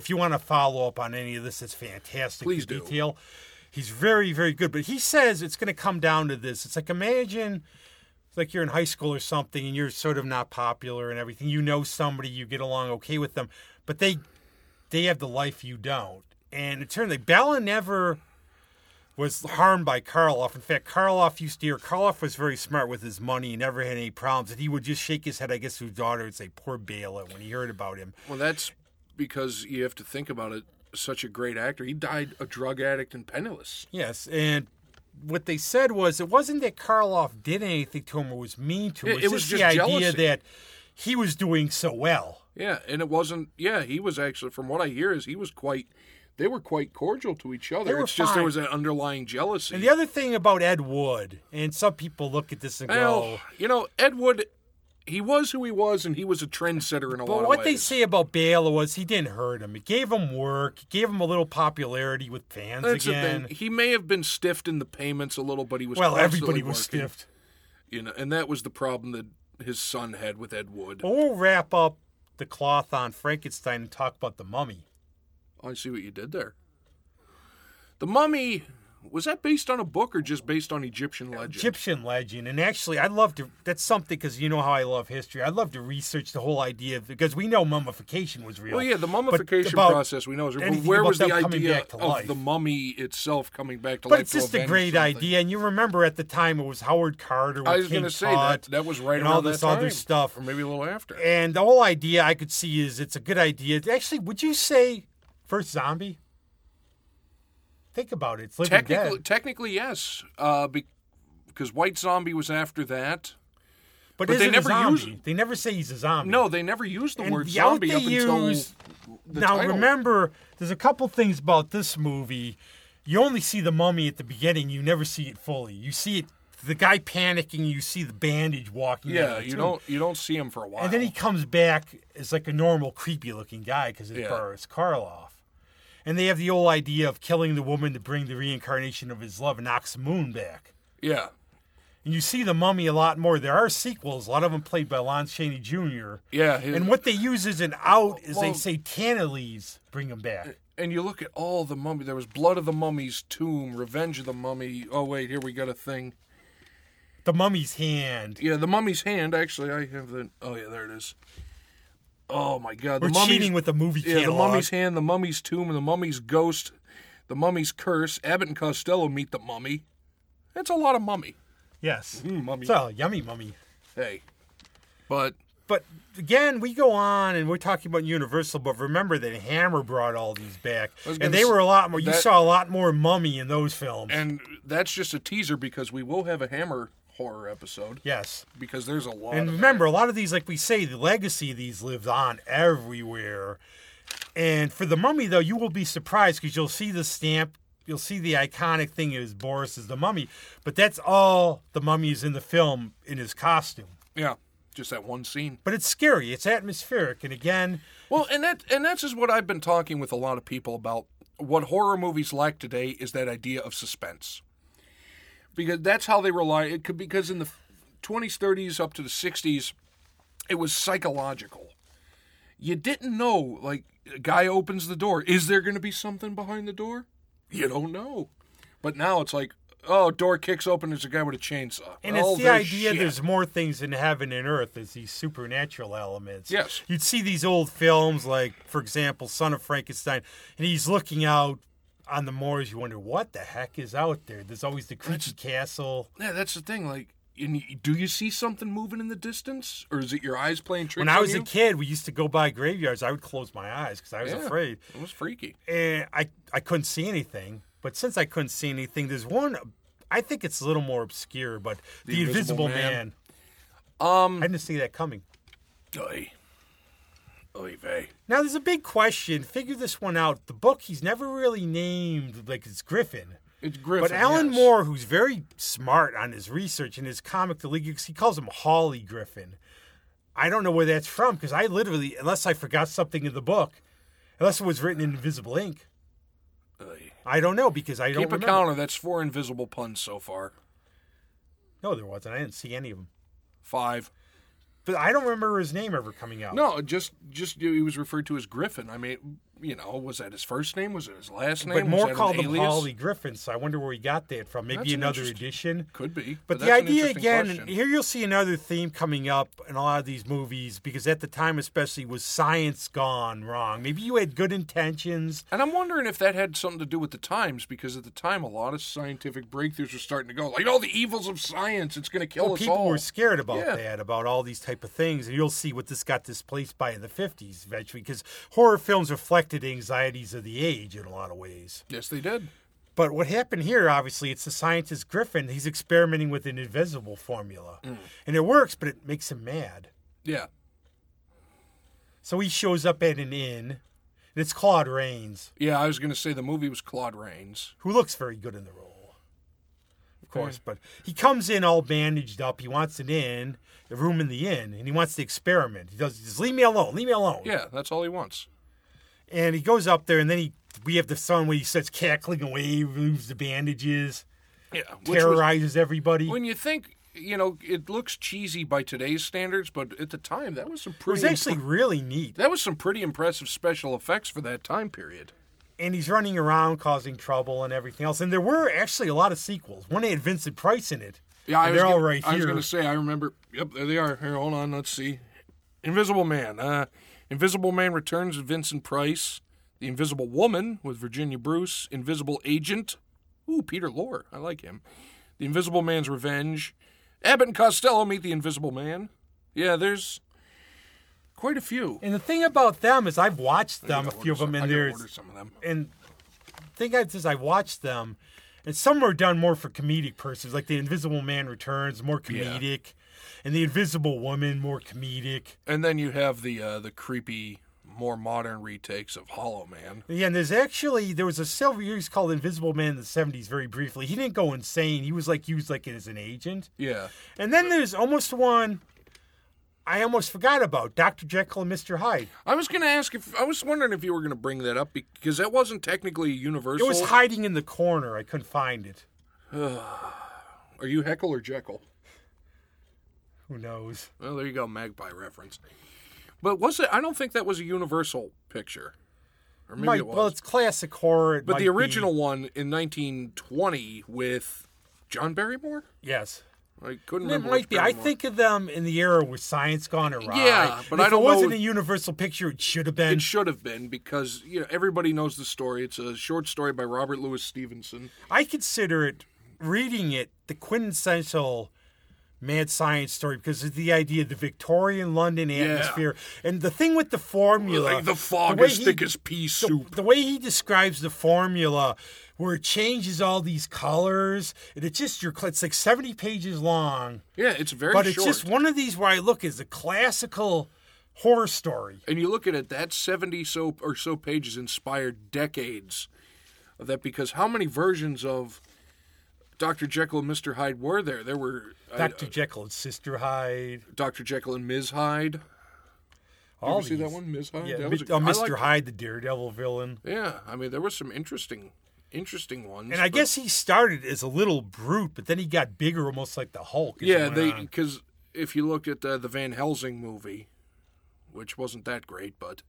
Speaker 1: If you want to follow up on any of this, it's fantastic.
Speaker 2: Please
Speaker 1: the
Speaker 2: do.
Speaker 1: Detail. He's very, very good. But he says it's going to come down to this. It's like imagine like you're in high school or something and you're sort of not popular and everything you know somebody you get along okay with them but they they have the life you don't and it turned out bella never was harmed by Karloff. In fact, Karloff used to hear Karloff was very smart with his money. He never had any problems. And he would just shake his head, I guess, to his daughter and say, Poor Bela, when he heard about him.
Speaker 2: well that's because you have to think about it such a great actor he died a drug addict and penniless
Speaker 1: Yes. And what they said was it wasn't that Karloff did anything to him or was mean to him.
Speaker 2: Yeah, it was
Speaker 1: just,
Speaker 2: just
Speaker 1: the idea
Speaker 2: jealousy.
Speaker 1: that he was doing so well.
Speaker 2: yeah and it wasn't yeah he was actually from what i hear is he was quite they were quite cordial to each other
Speaker 1: were
Speaker 2: it's just there
Speaker 1: fine.
Speaker 2: was that underlying jealousy
Speaker 1: And the other thing about Ed Wood, and some people look at this and
Speaker 2: Well,
Speaker 1: go,
Speaker 2: you know, Ed Wood, he was who he was, and he was a trendsetter in a lot
Speaker 1: But
Speaker 2: of
Speaker 1: what they
Speaker 2: ways.
Speaker 1: say about Bela was he didn't hurt him. It gave him work, it gave him a little popularity with fans
Speaker 2: That's the
Speaker 1: again.
Speaker 2: thing. He may have been stiffed in the payments a little, but he was
Speaker 1: Well,
Speaker 2: constantly
Speaker 1: everybody was
Speaker 2: working,
Speaker 1: stiffed.
Speaker 2: you know, and that was the problem that his son had with Ed Wood. Oh,
Speaker 1: But we'll wrap up the cloth on Frankenstein and talk about the mummy.
Speaker 2: I see what you did there. The Mummy was that based on a book or just based on Egyptian legend?
Speaker 1: Egyptian legend, and actually, I love to. That's something because you know how I love history. I love to research the whole idea of, because we know mummification was real.
Speaker 2: Well, yeah, the
Speaker 1: But
Speaker 2: mummification
Speaker 1: about-
Speaker 2: process we know is
Speaker 1: anything
Speaker 2: where
Speaker 1: about
Speaker 2: was the
Speaker 1: them coming
Speaker 2: idea
Speaker 1: back to
Speaker 2: of
Speaker 1: life.
Speaker 2: the mummy itself coming back to
Speaker 1: But
Speaker 2: life?
Speaker 1: it's
Speaker 2: to
Speaker 1: just a
Speaker 2: avenge
Speaker 1: great
Speaker 2: something?
Speaker 1: idea, and you remember at the time it was Howard Carter.
Speaker 2: I
Speaker 1: with
Speaker 2: was going to
Speaker 1: King
Speaker 2: say that
Speaker 1: Tut
Speaker 2: that was right
Speaker 1: and
Speaker 2: around
Speaker 1: all this
Speaker 2: that
Speaker 1: other
Speaker 2: time,
Speaker 1: stuff.
Speaker 2: or maybe a little after.
Speaker 1: And the whole idea I could see is it's a good idea. Actually, would you say first zombie? Think about it. It's living
Speaker 2: Technically,
Speaker 1: dead.
Speaker 2: technically yes, uh, be- because White Zombie was after that.
Speaker 1: But,
Speaker 2: they
Speaker 1: isn't a
Speaker 2: never
Speaker 1: zombie.
Speaker 2: use-
Speaker 1: They never say he's a zombie.
Speaker 2: No, they never use the
Speaker 1: And
Speaker 2: word
Speaker 1: the out
Speaker 2: zombie
Speaker 1: they
Speaker 2: up until
Speaker 1: use-
Speaker 2: the
Speaker 1: now
Speaker 2: title.
Speaker 1: remember, there's a couple things about this movie. You only see the mummy at the beginning. You never see it fully. You see it, the guy panicking. You see the bandage walking. out
Speaker 2: Yeah,
Speaker 1: of the
Speaker 2: you
Speaker 1: tomb.
Speaker 2: don't you don't see him for a while.
Speaker 1: And then he comes back as like a normal, creepy-looking guy because his
Speaker 2: Yeah.
Speaker 1: bar is Karloff. And they have the old idea of killing the woman to bring the reincarnation of his love, Nox Moon, back.
Speaker 2: yeah,
Speaker 1: And you see the mummy a lot more. There are sequels, a lot of them played by Lon Chaney Jr.
Speaker 2: yeah. he-
Speaker 1: And what they use as an out is they
Speaker 2: Well-
Speaker 1: say Tanneles bring him back.
Speaker 2: and you look at all the mummy. There was Blood of the Mummy's Tomb, Revenge of the Mummy. Oh wait, here we got a thing.
Speaker 1: The mummy's hand.
Speaker 2: Yeah, the Mummy's hand. Actually, I have the. Oh yeah, there it is. Oh my God,
Speaker 1: We're
Speaker 2: the mummy's,
Speaker 1: cheating with the movie
Speaker 2: yeah, the
Speaker 1: catalog.
Speaker 2: Mummy's hand, the Mummy's tomb, and the Mummy's ghost, the Mummy's curse. Abbott and Costello meet the Mummy. That's a lot of mummy.
Speaker 1: Yes.
Speaker 2: Mm, mummy.
Speaker 1: It's a yummy mummy.
Speaker 2: Hey, but
Speaker 1: But again, we go on and we're talking about Universal, but remember that Hammer brought all these back.
Speaker 2: was
Speaker 1: And
Speaker 2: gonna
Speaker 1: they
Speaker 2: s-
Speaker 1: were a lot more, you
Speaker 2: that-
Speaker 1: saw a lot more mummy in those films.
Speaker 2: and that's just a teaser because we will have a Hammer horror episode
Speaker 1: yes.
Speaker 2: because there's a lot.
Speaker 1: And
Speaker 2: of
Speaker 1: remember, a lot of these, like we say, the legacy of these lives on everywhere. And for the mummy, though, you will be surprised because you'll see the stamp, you'll see the iconic thing is Boris is the mummy, but that's all the mummy is in the film in his costume.
Speaker 2: yeah, just that one scene.
Speaker 1: But it's scary, it's atmospheric, and again,
Speaker 2: Well, and that and that's just what I've been talking with a lot of people about. What horror movies lack today is that idea of suspense, because that's how they rely. It could because in the twenties, thirties, up to the sixties, it was psychological. You didn't know, like a guy opens the door, is there going to be something behind the door? You don't know. But now it's like, oh, door kicks open, there's a guy with a chainsaw.
Speaker 1: And
Speaker 2: Oh,
Speaker 1: it's the
Speaker 2: there's
Speaker 1: idea
Speaker 2: shit.
Speaker 1: there's more things in heaven and earth. There's these supernatural elements.
Speaker 2: Yes.
Speaker 1: You'd see these old films, like, for example, Son of Frankenstein, and he's looking out on the moors. You wonder, what the heck is out there? There's always the creepy castle.
Speaker 2: Yeah, that's the thing. Like, and y do you see something moving in the distance, or is it your eyes playing tricks?
Speaker 1: When I
Speaker 2: on
Speaker 1: was
Speaker 2: you?
Speaker 1: a kid, we used to go by graveyards. I would close my eyes because I was
Speaker 2: Yeah.
Speaker 1: afraid.
Speaker 2: it was freaky.
Speaker 1: And I, I couldn't see anything. But since I couldn't see anything, there's one, I think it's a little more obscure, but The, Invisible,
Speaker 2: Invisible
Speaker 1: Man.
Speaker 2: Man.
Speaker 1: I didn't see that coming.
Speaker 2: Oy. Oy vey.
Speaker 1: Now, there's a big question. Figure this one out. The book he's never really named, like it's Griffin.
Speaker 2: It's Griffin.
Speaker 1: But Alan
Speaker 2: yes.
Speaker 1: Moore, who's very smart on his research in his comic, The League, he calls him Holly Griffin. I don't know where that's from because I literally, unless I forgot something in the book, unless it was written in invisible ink,
Speaker 2: Oy.
Speaker 1: I don't know because I don't
Speaker 2: Keep a
Speaker 1: remember.
Speaker 2: counter. That's four invisible puns so far.
Speaker 1: No, there wasn't. I didn't see any of them.
Speaker 2: Five.
Speaker 1: But I don't remember his name ever coming out.
Speaker 2: No, just just he was referred to as Griffin. I mean, you know, was that his first name? Was it his last name?
Speaker 1: but
Speaker 2: Was
Speaker 1: Moore
Speaker 2: that an
Speaker 1: called him
Speaker 2: alias?
Speaker 1: Holly Griffin, so I wonder where he got that from. Maybe
Speaker 2: That's an
Speaker 1: another
Speaker 2: interest-
Speaker 1: edition.
Speaker 2: Could be.
Speaker 1: But, the
Speaker 2: that's an
Speaker 1: idea
Speaker 2: interesting
Speaker 1: again,
Speaker 2: question.
Speaker 1: and here you'll see another theme coming up in a lot of these movies because at the time, especially, was science gone wrong. Maybe you had good intentions.
Speaker 2: And I'm wondering if that had something to do with the times, because at the time, a lot of scientific breakthroughs were starting to go, like, oh, the evils of science, it's going to kill
Speaker 1: Well,
Speaker 2: us
Speaker 1: Oh, people
Speaker 2: all.
Speaker 1: were scared about
Speaker 2: Yeah.
Speaker 1: that, about all these type of things, and you'll see what this got displaced by in the '50s eventually, because horror films reflected anxieties of the age in a lot of ways.
Speaker 2: yes, they did.
Speaker 1: But what happened here, obviously, it's the scientist Griffin. He's experimenting with an invisible formula,
Speaker 2: Mm.
Speaker 1: and it works, but it makes him mad.
Speaker 2: Yeah.
Speaker 1: So he shows up at an inn, and it's Claude Rains.
Speaker 2: Yeah, I was going to say the movie was Claude Rains.
Speaker 1: who looks very good in the role, of course. But he comes in all bandaged up. He wants an inn, a room in the inn, and he wants to experiment. He does just leave me alone, leave me alone.
Speaker 2: Yeah, that's all he wants.
Speaker 1: And he goes up there, and then he we have the son where he starts cackling away, removes the bandages,
Speaker 2: Yeah. Which was,
Speaker 1: terrorizes everybody.
Speaker 2: when you think, you know, it looks cheesy by today's standards, but at the time, that was some
Speaker 1: It was
Speaker 2: pretty.
Speaker 1: actually really neat.
Speaker 2: that was some pretty impressive special effects for that time period.
Speaker 1: And he's running around causing trouble and everything else. And there were actually a lot of sequels. One had Vincent Price in it.
Speaker 2: Yeah, I
Speaker 1: and
Speaker 2: was
Speaker 1: they're all
Speaker 2: gonna-
Speaker 1: right
Speaker 2: I was
Speaker 1: here.
Speaker 2: going to say, I remember. Yep, there they are. Here, hold on. Let's see. Invisible Man. Uh, Invisible Man returns with Vincent Price. The Invisible Woman with Virginia Bruce. Invisible Agent. Ooh, Peter Lorre. I like him. The Invisible Man's Revenge. Abbott and Costello meet the Invisible Man. Yeah, there's quite a few.
Speaker 1: And the thing about them is, I've watched them, a
Speaker 2: Order
Speaker 1: few of them,
Speaker 2: some-
Speaker 1: and
Speaker 2: I gotta
Speaker 1: there's
Speaker 2: order some of them.
Speaker 1: and the thing I since I watched them, and some were done more for comedic purposes, like the Invisible Man returns, more comedic. and the Invisible Woman, more comedic.
Speaker 2: And then you have the uh, the creepy, more modern retakes of Hollow Man.
Speaker 1: Yeah, and there's actually there was a several years called Invisible Man in the '70s, very briefly. He didn't go insane. He was like used like as an agent.
Speaker 2: Yeah,
Speaker 1: And then there's almost one I almost forgot about Dr. Jekyll and Mr. Hyde.
Speaker 2: I was gonna ask if I was wondering if you were gonna bring that up because that wasn't technically a
Speaker 1: It
Speaker 2: Universal.
Speaker 1: was hiding in the corner. I couldn't find it.
Speaker 2: Are you Heckle or Jekyll?
Speaker 1: Who knows?
Speaker 2: Well, there you go, magpie reference. But was it? I don't think that was a Universal picture, or maybe
Speaker 1: Might-
Speaker 2: it was.
Speaker 1: well, it's classic horror. It
Speaker 2: but
Speaker 1: might
Speaker 2: the
Speaker 1: be-
Speaker 2: original one in 1920 with John Barrymore.
Speaker 1: yes,
Speaker 2: I couldn't
Speaker 1: it
Speaker 2: remember.
Speaker 1: might
Speaker 2: which
Speaker 1: be. I
Speaker 2: Barrymore.
Speaker 1: think of them in the era with science gone awry.
Speaker 2: Yeah, but
Speaker 1: And
Speaker 2: I
Speaker 1: if
Speaker 2: don't
Speaker 1: it wasn't
Speaker 2: know-
Speaker 1: a Universal picture. It should have been.
Speaker 2: it should have been because you know everybody knows the story. It's a short story by Robert Louis Stevenson.
Speaker 1: I consider it reading it the quintessential mad science story because of the idea of the Victorian London atmosphere and the thing with Uh, the formula,
Speaker 2: Like the fog
Speaker 1: way
Speaker 2: as
Speaker 1: he-
Speaker 2: thick as pea soup.
Speaker 1: the way he describes the formula where it changes all these colors and it's just your it's like 70 pages long
Speaker 2: yeah, it's very
Speaker 1: but
Speaker 2: short.
Speaker 1: it's just one of these where i look is a classical horror story
Speaker 2: and you look at it, that 70 so or so pages inspired decades of that because how many versions of Dr. Jekyll and Mr. Hyde were there? There were uh,
Speaker 1: dr jekyll and sister hyde
Speaker 2: Dr. Jekyll and Ms. Hyde.
Speaker 1: all
Speaker 2: you see that
Speaker 1: these.
Speaker 2: one, Ms. Hyde?
Speaker 1: yeah,
Speaker 2: that
Speaker 1: Mi-
Speaker 2: was a-
Speaker 1: uh,
Speaker 2: I
Speaker 1: mr
Speaker 2: liked-
Speaker 1: hyde the daredevil villain
Speaker 2: Yeah, I mean, there were some interesting, interesting ones.
Speaker 1: and i
Speaker 2: but-
Speaker 1: guess he started as a little brute but then he got bigger almost like the hulk as it
Speaker 2: Yeah,
Speaker 1: went
Speaker 2: they
Speaker 1: on.
Speaker 2: because if you looked at uh, the Van Helsing movie, which wasn't that great, but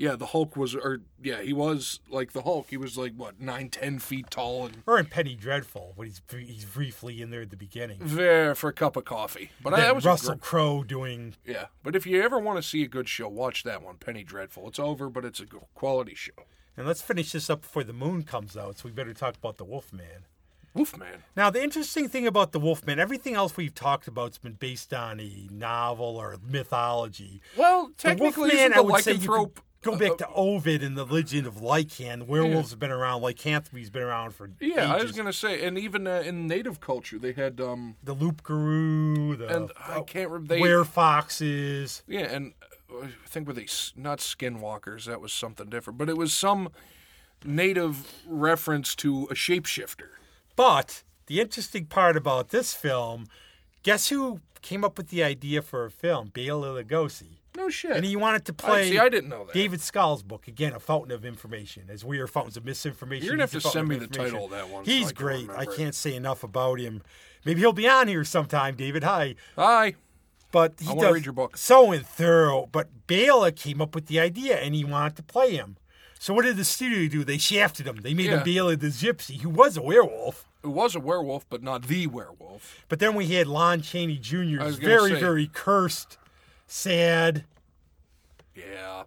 Speaker 2: yeah, the Hulk was, or yeah, he was like the Hulk. He was like what nine, ten feet tall, and
Speaker 1: or in penny dreadful when he's, br- he's briefly in there at the beginning
Speaker 2: there for a cup of coffee. But I,
Speaker 1: Then
Speaker 2: that was a
Speaker 1: russell
Speaker 2: gr-
Speaker 1: crowe doing
Speaker 2: yeah. But if you ever want to see a good show, watch that one, Penny Dreadful. It's over, but it's a g- quality show.
Speaker 1: And let's finish this up before the moon comes out, so we better talk about the Wolfman.
Speaker 2: Wolfman.
Speaker 1: Now, the interesting thing about the Wolfman, everything else we've talked about has been based on a novel or mythology.
Speaker 2: Well,
Speaker 1: The
Speaker 2: technically,
Speaker 1: Wolfman,
Speaker 2: isn't
Speaker 1: I
Speaker 2: the
Speaker 1: would say you
Speaker 2: lycanthrope.
Speaker 1: could go back to Ovid and the legend of Lycan. Werewolves have been around, lycanthropy's been around for
Speaker 2: yeah, I was
Speaker 1: ages.
Speaker 2: gonna say, and even uh, in native culture, they had um,
Speaker 1: The Loop Guru, the
Speaker 2: and I can't remember. They,
Speaker 1: werefoxes.
Speaker 2: Yeah, and uh, I think with these not skinwalkers, that was something different, but it was some native reference to a shapeshifter.
Speaker 1: But the interesting part about this film, guess who came up with the idea for a film? Bela Lugosi.
Speaker 2: No shit.
Speaker 1: And he wanted to
Speaker 2: I,
Speaker 1: play
Speaker 2: see, I didn't know that.
Speaker 1: David Scott's book again, a fountain of information, as we are fountains of misinformation.
Speaker 2: You're gonna
Speaker 1: he's
Speaker 2: have
Speaker 1: a
Speaker 2: to
Speaker 1: fountain
Speaker 2: send me the
Speaker 1: information.
Speaker 2: title of that one so
Speaker 1: He's
Speaker 2: I can
Speaker 1: great. I
Speaker 2: remember it.
Speaker 1: can't say enough about him. Maybe he'll be on here sometime, David. Hi,
Speaker 2: Hi.
Speaker 1: but he
Speaker 2: I wanna
Speaker 1: does
Speaker 2: read your book.
Speaker 1: so and thorough. But Bela came up with the idea, and he wanted to play him. So what did the studio do? They shafted him. They made him
Speaker 2: Yeah.
Speaker 1: Bela the Gypsy, who was a werewolf.
Speaker 2: It was a werewolf, but not the werewolf.
Speaker 1: But then we had Lon Chaney Jr.'s
Speaker 2: was gonna
Speaker 1: very,
Speaker 2: say.
Speaker 1: very cursed, sad.
Speaker 2: Yeah.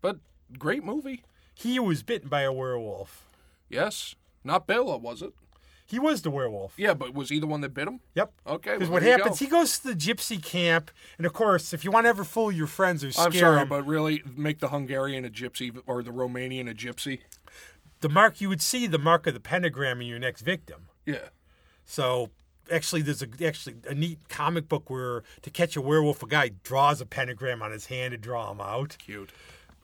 Speaker 2: But great movie.
Speaker 1: He was bitten by a werewolf.
Speaker 2: Yes. Not Bella, was it?
Speaker 1: He was the werewolf.
Speaker 2: Yeah, but was he the one that bit him?
Speaker 1: Yep.
Speaker 2: Okay.
Speaker 1: Because
Speaker 2: well,
Speaker 1: what
Speaker 2: there you
Speaker 1: happens,
Speaker 2: go.
Speaker 1: he goes to the gypsy camp, and of course, if you want to ever fool your friends or scare
Speaker 2: I'm sorry,
Speaker 1: them,
Speaker 2: but really, make the Hungarian a gypsy or the Romanian a gypsy.
Speaker 1: the mark you would see the mark of the pentagram in your next victim.
Speaker 2: Yeah.
Speaker 1: So actually, there's a, actually a neat comic book where to catch a werewolf, a guy draws a pentagram on his hand to draw him out.
Speaker 2: Cute.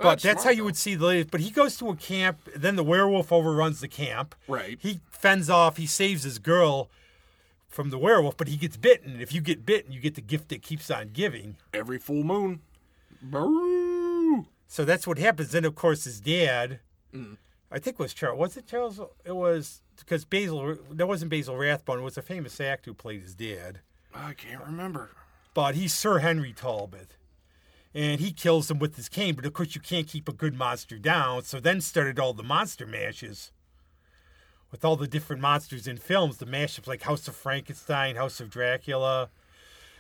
Speaker 2: Oh,
Speaker 1: But that's, how you would see the latest. But he goes to a camp, then the werewolf overruns the camp.
Speaker 2: Right.
Speaker 1: He fends off, he saves his girl from the werewolf, but he gets bitten. And if you get bitten, you get the gift that keeps on giving.
Speaker 2: every full moon. Brrrr.
Speaker 1: So that's what happens. Then, of course, his dad, I think was Charles. Was it Charles? It was because Basil. That wasn't Basil Rathbone. It was a famous actor who played his dad.
Speaker 2: I can't remember.
Speaker 1: But he's Sir Henry Talbot, and he kills him with his cane. But of course, you can't keep a good monster down. So then started all the monster mashes. With all the different monsters in films, the mashups like House of Frankenstein, House of Dracula.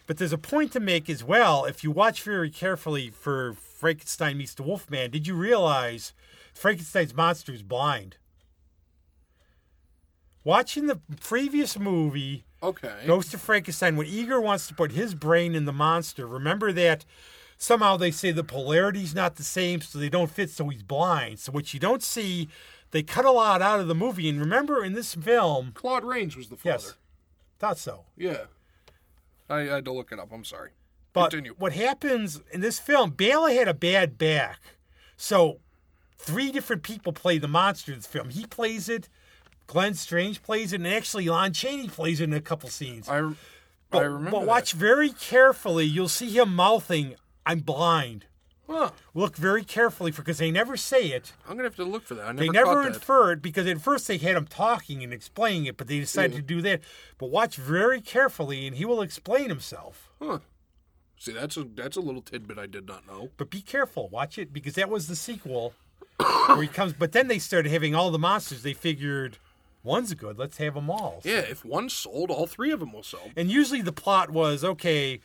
Speaker 1: But there's a point to make as well. If you watch very carefully for Frankenstein meets the Wolfman, did you realize Frankenstein's monster is blind? Watching the previous movie,
Speaker 2: Okay.
Speaker 1: Ghost of Frankenstein, when Eager wants to put his brain in the monster, remember that somehow they say the polarity's not the same, so they don't fit, so he's blind. So what you don't see, they cut a lot out of the movie. And remember in this film,
Speaker 2: Claude Rains was the father.
Speaker 1: yes, thought so.
Speaker 2: Yeah. I, I had to look it up. I'm sorry.
Speaker 1: But
Speaker 2: Continue.
Speaker 1: what happens in this film, Bela had a bad back. So three different people play the monster in this film. He plays it, Glenn Strange plays it, and actually Lon Chaney plays it in a couple scenes.
Speaker 2: I,
Speaker 1: but,
Speaker 2: I remember.
Speaker 1: but watch very carefully. You'll see him mouthing, I'm blind.
Speaker 2: That. Huh.
Speaker 1: Look very carefully for because they never say it.
Speaker 2: I'm gonna have to look for that. I never
Speaker 1: They
Speaker 2: caught
Speaker 1: never
Speaker 2: that.
Speaker 1: infer it because at first they had him talking and explaining it, but they decided to do that. But watch very carefully, and he will explain himself.
Speaker 2: Huh. See, that's a that's a little tidbit I did not know.
Speaker 1: But be careful, watch it because that was the sequel where he comes. But then they started having all the monsters. They figured one's good, let's have them all.
Speaker 2: Yeah, if one sold, all three of them will sell.
Speaker 1: And usually the plot was okay,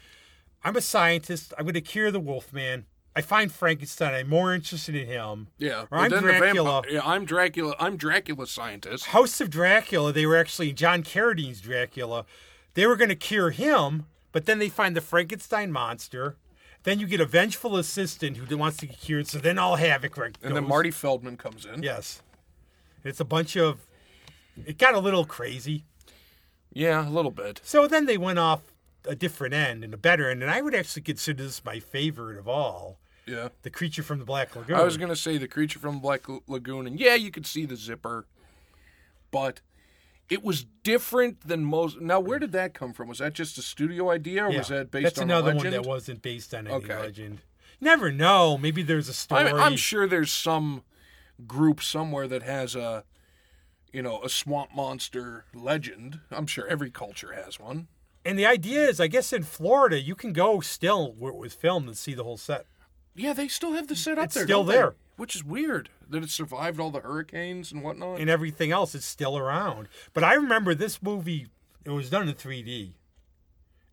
Speaker 1: I'm a scientist. I'm going to cure the Wolfman. I find Frankenstein. I'm more interested in him.
Speaker 2: Yeah,
Speaker 1: Or I'm
Speaker 2: but then
Speaker 1: Dracula.
Speaker 2: The vampire, yeah, I'm Dracula. I'm Dracula scientist.
Speaker 1: House of Dracula, they were actually John Carradine's Dracula. They were going to cure him, but then they find the Frankenstein monster. Then you get a vengeful assistant who wants to get cured. So then all havoc. wreck
Speaker 2: And then
Speaker 1: goes.
Speaker 2: Marty Feldman comes in.
Speaker 1: Yes, it's a bunch of. It got a little crazy.
Speaker 2: yeah, a little bit.
Speaker 1: So then they went off a different end and a better end, and I would actually consider this my favorite of all,
Speaker 2: Yeah.
Speaker 1: the creature from the Black Lagoon.
Speaker 2: I was gonna say the creature from Black L- Lagoon, and yeah, you could see the zipper, but it was different than most. Now, where did that come from? Was that just a studio idea, or
Speaker 1: Yeah.
Speaker 2: was that based
Speaker 1: That's
Speaker 2: on
Speaker 1: another
Speaker 2: a legend?
Speaker 1: one that wasn't based on any
Speaker 2: Okay.
Speaker 1: legend. Never know. Maybe there's a story.
Speaker 2: I mean, I'm sure there's some group somewhere that has a, you know, a swamp monster legend. I'm sure every culture has one.
Speaker 1: And the idea is, I guess, in Florida, you can go still where it was filmed and see the whole set.
Speaker 2: Yeah, they still have the set up
Speaker 1: It's
Speaker 2: there.
Speaker 1: still
Speaker 2: don't they?
Speaker 1: there.
Speaker 2: which is weird that it survived all the hurricanes and whatnot.
Speaker 1: and everything else is still around. But I remember this movie; it was done in 3D.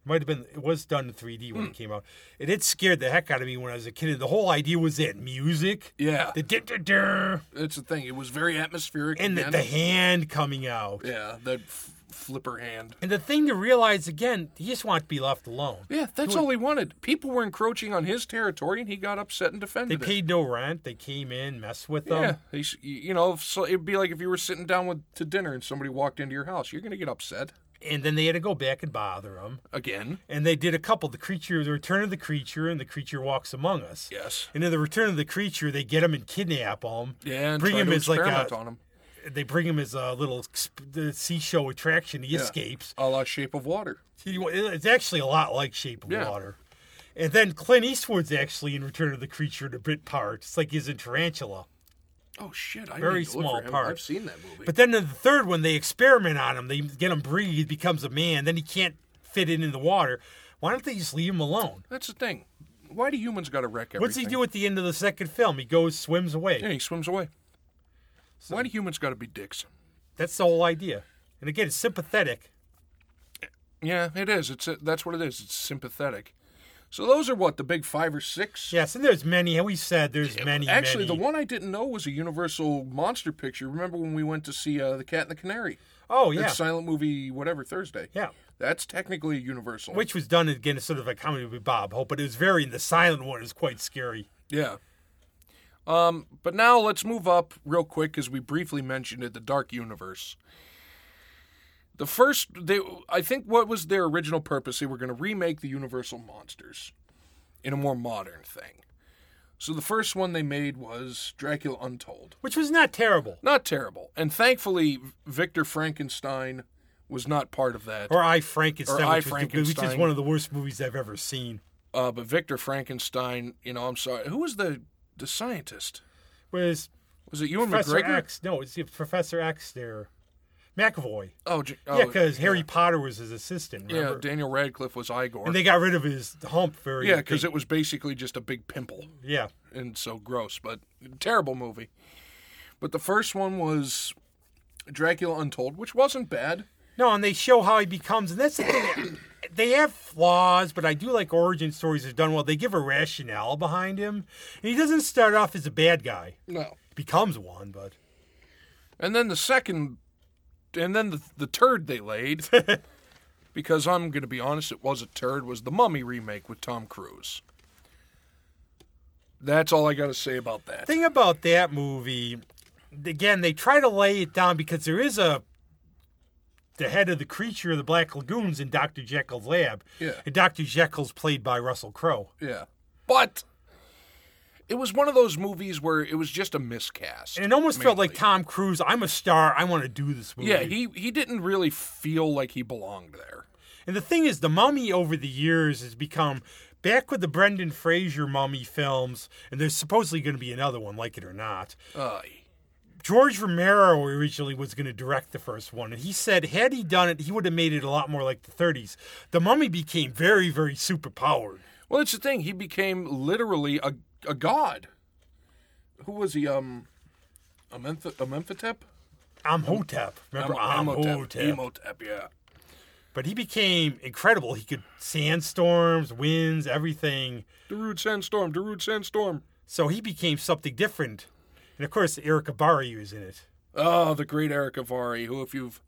Speaker 1: It might have been it was done in 3D
Speaker 2: Hmm.
Speaker 1: when it came out, and it scared the heck out of me when I was a kid. The whole idea was that music,
Speaker 2: yeah,
Speaker 1: the da da da,
Speaker 2: that's the thing. It was very atmospheric.
Speaker 1: and the,
Speaker 2: again.
Speaker 1: the hand coming out.
Speaker 2: yeah, that f- flipper hand.
Speaker 1: And the thing to realize again, he just wanted to be left alone.
Speaker 2: Yeah, that's all he wanted. People were encroaching on his territory, and he got upset and
Speaker 1: They
Speaker 2: defended it.
Speaker 1: paid no rent. They came in, messed with them.
Speaker 2: Yeah, they, s- you know, if so it'd be like if you were sitting down with to dinner and somebody walked into your house, you're gonna get upset
Speaker 1: and then they had to go back and bother him.
Speaker 2: again.
Speaker 1: And they did a couple: the creature, the return of the creature, and the creature walks among us.
Speaker 2: Yes.
Speaker 1: And in the return of the creature, they get him and kidnap him.
Speaker 2: Yeah, and
Speaker 1: bring
Speaker 2: try
Speaker 1: him
Speaker 2: to
Speaker 1: as like
Speaker 2: experiment
Speaker 1: a,
Speaker 2: on him.
Speaker 1: they bring him as a little exp- the seashore attraction. He escapes.
Speaker 2: A la Shape of Water.
Speaker 1: He- It's actually a lot like Shape of
Speaker 2: Yeah.
Speaker 1: Water. And then Clint Eastwood's actually in Return of the Creature in a bit part. It's like he's in Tarantula.
Speaker 2: Oh shit! I
Speaker 1: Very
Speaker 2: need to look
Speaker 1: small
Speaker 2: for him.
Speaker 1: part.
Speaker 2: I've seen that movie.
Speaker 1: But then in the third one, they experiment on him. They get him breathe, he becomes a man. Then he can't fit in in the water. Why don't they just leave him alone?
Speaker 2: that's the thing. Why do humans got to wreck everything?
Speaker 1: What's he do at the end of the second film? He goes, swims away.
Speaker 2: Yeah, he swims away. Why do humans got to be dicks?
Speaker 1: That's the whole idea. And again, it's sympathetic.
Speaker 2: Yeah, it is. It's that's what it is. It's sympathetic. So those are what the big five or six.
Speaker 1: Yes, and there's many. And we said there's many.
Speaker 2: Actually,
Speaker 1: many.
Speaker 2: the one I didn't know was a Universal monster picture. Remember when we went to see uh, the Cat and the Canary?
Speaker 1: Oh
Speaker 2: It's
Speaker 1: yeah,
Speaker 2: silent movie, whatever Thursday.
Speaker 1: yeah.
Speaker 2: That's technically a Universal.
Speaker 1: which was done again as sort of a comedy with Bob Hope, but it was very the silent one is quite scary.
Speaker 2: Yeah. Um, but now let's move up real quick because we briefly mentioned it, the Dark Universe. The first, they, I think, what was their original purpose? They were going to remake the Universal monsters in a more modern thing. So the first one they made was Dracula Untold.
Speaker 1: Which was not terrible.
Speaker 2: Not terrible, and thankfully, Victor Frankenstein was not part of that.
Speaker 1: Or I Frankenstein,
Speaker 2: Or I,
Speaker 1: which, was- which is
Speaker 2: Frankenstein.
Speaker 1: one of the worst movies I've ever seen.
Speaker 2: Uh, but Victor Frankenstein, you know, I'm sorry, who was the the scientist?
Speaker 1: Was
Speaker 2: Was it Ewan
Speaker 1: Professor
Speaker 2: McGregor?
Speaker 1: X? No, it's Professor X there, McAvoy.
Speaker 2: Oh, j-
Speaker 1: Yeah, 'cause
Speaker 2: oh
Speaker 1: yeah, because Harry Potter was his assistant. Remember?
Speaker 2: Yeah, Daniel Radcliffe was Igor.
Speaker 1: and they got rid of his hump very.
Speaker 2: yeah, because
Speaker 1: big.
Speaker 2: it was basically just a big pimple
Speaker 1: yeah,
Speaker 2: and so gross, but terrible movie. But the first one was Dracula Untold, which wasn't bad.
Speaker 1: no, and they show how he becomes, and that's the thing. [coughs] They have flaws, but I do like origin stories that are done well. They give a rationale behind him, and he doesn't start off as a bad guy.
Speaker 2: No.
Speaker 1: becomes one, but
Speaker 2: And then the second, and then the, the turd they
Speaker 1: [laughs]
Speaker 2: laid, because I'm going to be honest, it was a turd, was the Mummy remake with Tom Cruise. That's all I got to say about that.
Speaker 1: thing about that movie, again, they try to lay it down because there is a the head of the creature of the Black Lagoons in Dr. Jekyll's lab.
Speaker 2: Yeah.
Speaker 1: And Dr. Jekyll's played by Russell Crowe.
Speaker 2: Yeah. But it was one of those movies where it was just a miscast.
Speaker 1: And it almost felt like
Speaker 2: mainly.
Speaker 1: Tom Cruise, I'm a star, I want to do this movie.
Speaker 2: Yeah, he, he didn't really feel like he belonged there.
Speaker 1: And the thing is, the mummy over the years has become back with the Brendan Fraser mummy films, and there's supposedly going to be another one, like it or not.
Speaker 2: Uh,
Speaker 1: George Romero originally was going to direct the first one, and he said had he done it, he would have made it a lot more like the 30s. The mummy became very, very superpowered.
Speaker 2: well, it's the thing. He became literally a, a god. Who was he? Um, Amenth- Amenhotep?
Speaker 1: Amhotep, remember
Speaker 2: Am-
Speaker 1: Amhotep,
Speaker 2: Emotep, yeah.
Speaker 1: but he became incredible. He could sandstorms, winds, everything.
Speaker 2: Darude Sandstorm, Darude Sandstorm.
Speaker 1: So he became something different. And of course, Eric Abari was in it.
Speaker 2: Oh, the great Eric Avari, who, if you've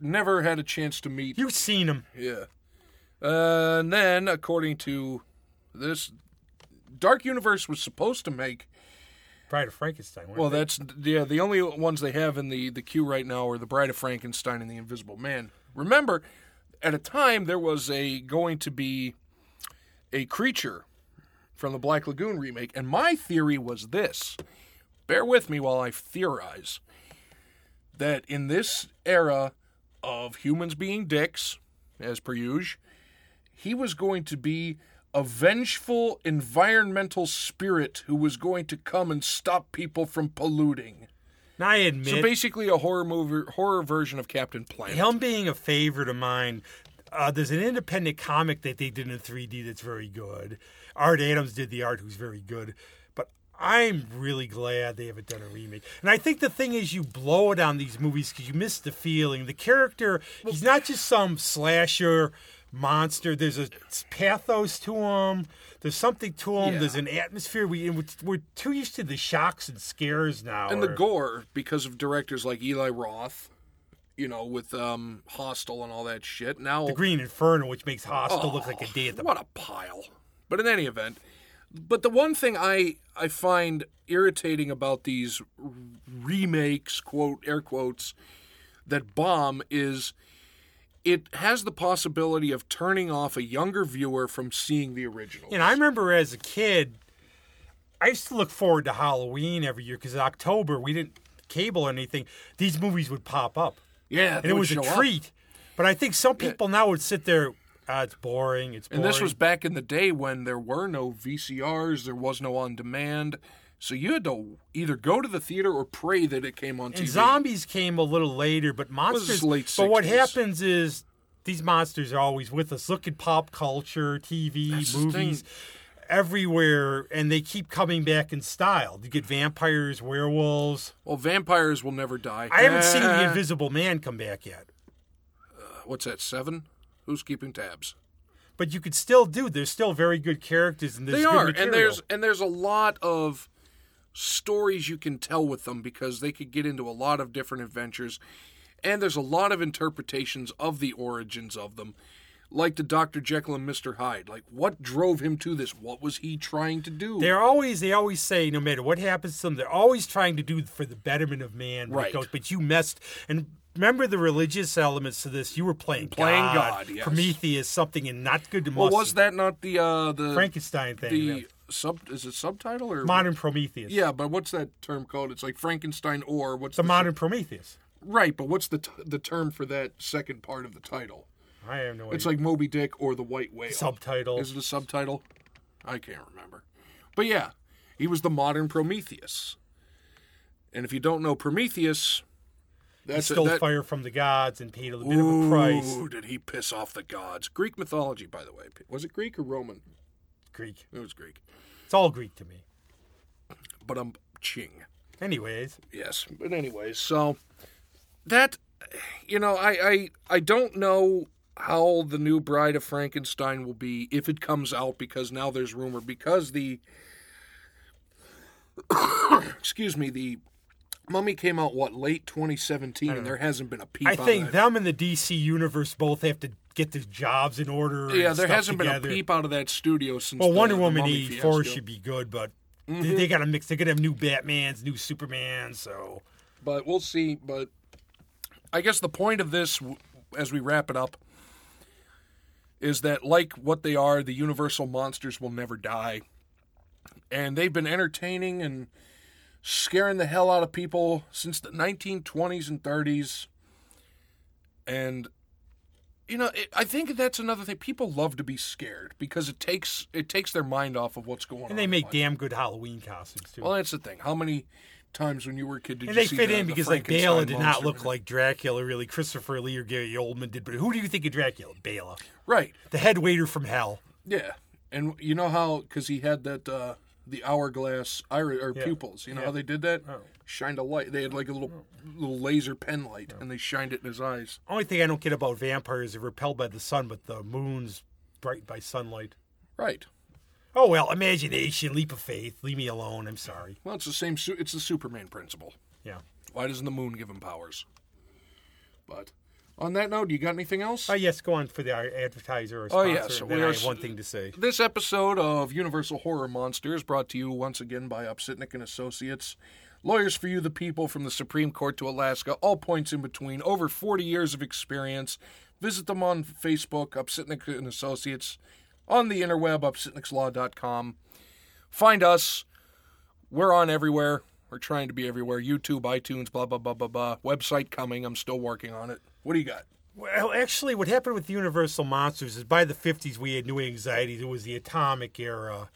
Speaker 2: never had a chance to meet,
Speaker 1: You've seen him.
Speaker 2: yeah. Uh, and then, according to this, Dark Universe was supposed to make.
Speaker 1: Bride of Frankenstein. weren't
Speaker 2: Well,
Speaker 1: they?
Speaker 2: that's yeah. The only ones they have in the the queue right now are the Bride of Frankenstein and the Invisible Man. Remember, at a time there was a going to be a creature from the Black Lagoon remake, and my theory was this. Bear with me while I theorize that in this era of humans being dicks, as per usual, he was going to be a vengeful environmental spirit who was going to come and stop people from polluting.
Speaker 1: and I admit,
Speaker 2: So basically, a horror movie, horror version of Captain Planet.
Speaker 1: him being a favorite of mine. Uh, there's an independent comic that they did in 3D that's very good. Art Adams did the art, who's very good. But I'm really glad they haven't done a remake. And I think the thing is, you blow it on these movies because you miss the feeling. The character, he's not just some slasher monster. There's a pathos to him. There's something to him.
Speaker 2: Yeah.
Speaker 1: There's an atmosphere. We and we're- we're too used to the shocks and scares now.
Speaker 2: and the
Speaker 1: or-
Speaker 2: gore because of directors like Eli Roth, you know, with um, Hostel and all that shit. Now,
Speaker 1: the Green Inferno, which makes Hostel look like a day at the
Speaker 2: what a pile. But in any event, but the one thing I I find irritating about these r- remakes, quote air quotes, that bomb is it has the possibility of turning off a younger viewer from seeing the original.
Speaker 1: And I remember as a kid, I used to look forward to Halloween every year because in October we didn't cable or anything. These movies would pop up,
Speaker 2: yeah,
Speaker 1: and it was a treat. But I think some people now would sit there. Ah, it's boring. It's
Speaker 2: And
Speaker 1: boring.
Speaker 2: this was back in the day when there were no VCRs, there was no on demand. So you had to either go to the theater or pray that it came on
Speaker 1: and
Speaker 2: TV.
Speaker 1: zombies came a little later, but monsters.
Speaker 2: late
Speaker 1: but what
Speaker 2: 60s.
Speaker 1: happens is these monsters are always with us. Look at pop culture, TV,
Speaker 2: That's the
Speaker 1: movies. Everywhere, and they keep coming back in style. You get vampires, werewolves.
Speaker 2: well, vampires will never die.
Speaker 1: I haven't seen The
Speaker 2: Ah.
Speaker 1: Invisible Man come back yet.
Speaker 2: what's that seven who's keeping tabs
Speaker 1: but you could still do. There's still very good characters, and there's
Speaker 2: they
Speaker 1: good
Speaker 2: are
Speaker 1: material.
Speaker 2: and there's and there's a lot of stories you can tell with them because they could get into a lot of different adventures and there's a lot of interpretations of the origins of them like the dr jekyll and mr hyde like what drove him to this what was he trying to do
Speaker 1: they're always they always say no matter what happens to them, they're always trying to do for the betterment of man. when it
Speaker 2: Right.
Speaker 1: goes, but you messed and. Remember the religious elements to this. You were playing
Speaker 2: Playing
Speaker 1: God,
Speaker 2: God, yes.
Speaker 1: Prometheus, something, and not good to
Speaker 2: well
Speaker 1: Muslim.
Speaker 2: was that not the uh the
Speaker 1: Frankenstein thing,
Speaker 2: the sub is it subtitle or
Speaker 1: modern Prometheus,
Speaker 2: yeah but what's that term called it's like frankenstein or what's
Speaker 1: the
Speaker 2: the
Speaker 1: modern Prometheus.
Speaker 2: right but what's the t- the term for that second part of the title
Speaker 1: I have no
Speaker 2: It's
Speaker 1: idea.
Speaker 2: like Moby Dick or the White Whale.
Speaker 1: subtitle.
Speaker 2: Is it a subtitle? I can't remember. But yeah, he was the modern Prometheus. And if you don't know Prometheus,
Speaker 1: He
Speaker 2: that's
Speaker 1: stole
Speaker 2: a, that,
Speaker 1: fire from the gods and paid a minimum price.
Speaker 2: Ooh, did he piss off the gods? Greek mythology, by the way. Was it Greek or Roman?
Speaker 1: Greek.
Speaker 2: It was Greek.
Speaker 1: It's all Greek to me.
Speaker 2: But I'm ching.
Speaker 1: Anyways,
Speaker 2: Yes, but anyways, so that you know, I I I don't know how the new Bride of Frankenstein will be if it comes out because now there's rumor because the [coughs] excuse me the Mummy came out what late 2017 and there hasn't been a
Speaker 1: Hmm.
Speaker 2: peep.
Speaker 1: I
Speaker 2: out
Speaker 1: think
Speaker 2: of that.
Speaker 1: them and the DC universe both have to get their jobs in order. and
Speaker 2: yeah, there
Speaker 1: stuff
Speaker 2: hasn't
Speaker 1: together.
Speaker 2: been a peep out of that studio since.
Speaker 1: Well,
Speaker 2: the-
Speaker 1: Wonder
Speaker 2: the
Speaker 1: Woman
Speaker 2: Mummy
Speaker 1: eighty four
Speaker 2: fiasco. Mm-hmm.
Speaker 1: should be good, but they, they got to mix. They're gonna have new Batman's, new Superman. So
Speaker 2: but we'll see. But I guess the point of this, w- as we wrap it up, is that like what they are, the Universal monsters will never die, and they've been entertaining and scaring the hell out of people since the 1920s and 30s, and you know it, I think that's another thing. People love to be scared because it takes it takes their mind off of what's going on.
Speaker 1: And they
Speaker 2: in
Speaker 1: make
Speaker 2: life.
Speaker 1: damn good Halloween costumes too.
Speaker 2: Oh, Well, that's the thing. How many times when you were a kid did
Speaker 1: and
Speaker 2: you
Speaker 1: they
Speaker 2: see
Speaker 1: fit
Speaker 2: the-
Speaker 1: in
Speaker 2: the
Speaker 1: because like Bela
Speaker 2: Frankenstein
Speaker 1: did not
Speaker 2: monster?
Speaker 1: look like Dracula really. Christopher Lee or Gary Oldman did, but who do you think of Dracula? Bela,
Speaker 2: right?
Speaker 1: the head waiter from hell.
Speaker 2: Yeah, and you know how because he had that uh, the hourglass iris or pupils. You know how they did that?
Speaker 1: Oh.
Speaker 2: Shined a light. They had like a little little laser pen light, and they shined it in his eyes.
Speaker 1: Only thing I don't get about vampires, they're repelled by the sun, but the moon's bright by sunlight.
Speaker 2: Right.
Speaker 1: Oh well, imagination, leap of faith. Leave me alone. I'm sorry.
Speaker 2: Well, it's the same. Su- it's the Superman principle.
Speaker 1: Yeah.
Speaker 2: Why doesn't the moon give him powers? But on that note, you got anything else?
Speaker 1: Oh yes, go on for the advertiser or
Speaker 2: Oh,
Speaker 1: sponsor.
Speaker 2: yeah, so
Speaker 1: and then
Speaker 2: we
Speaker 1: I
Speaker 2: are
Speaker 1: have
Speaker 2: s-
Speaker 1: one thing to say.
Speaker 2: This episode of Universal Horror Monsters brought to you once again by Upsitnik and Associates. Lawyers for you, the people, from the Supreme Court to Alaska, all points in between, over 40 years of experience. Visit them on Facebook, Upsitnik and Associates, on the interweb, upsitnikslaw.com. Find us. We're on everywhere. We're trying to be everywhere. YouTube, iTunes, blah, blah, blah, blah, blah. Website coming. I'm still working on it. What do you got?
Speaker 1: Well, actually, what happened with Universal Monsters is by the 50s we had new anxieties. It was the atomic era,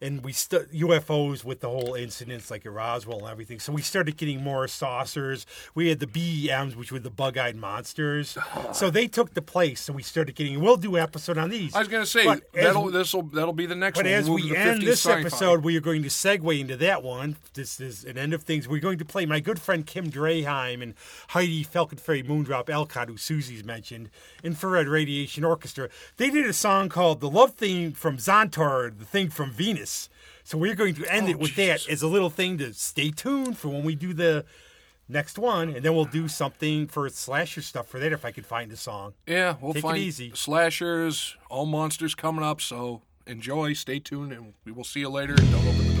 Speaker 1: and we st- UFOs with the whole incidents like at Roswell and everything. So we started getting more saucers. We had the BEMs, which were the bug-eyed
Speaker 2: [sighs]
Speaker 1: monsters. so they took the place, so we started getting. We'll do an episode on these.
Speaker 2: I was going to say,
Speaker 1: But as
Speaker 2: that'll,
Speaker 1: we-
Speaker 2: this'll, that'll be the next
Speaker 1: But
Speaker 2: one.
Speaker 1: as
Speaker 2: We'll
Speaker 1: we
Speaker 2: do the
Speaker 1: end
Speaker 2: 50s
Speaker 1: this
Speaker 2: sci-fi.
Speaker 1: episode, we are going to segue into that one. This is an end of things. We're going to play my good friend Kim Dreheim and Heidi Falcon Fairy Moondrop Elcott, who Susie's mentioned, Infrared Radiation Orchestra. They did a song called The Love Theme from Zontar, the thing from Venus. So we're going to end it with that as a little thing to stay tuned for when we do the next one. And then we'll do something for slasher stuff for that if I can find the song.
Speaker 2: Yeah, we'll
Speaker 1: Take it
Speaker 2: find
Speaker 1: easy.
Speaker 2: slashers, all monsters coming up. So enjoy, stay tuned, and we will see you later. Don't open the door.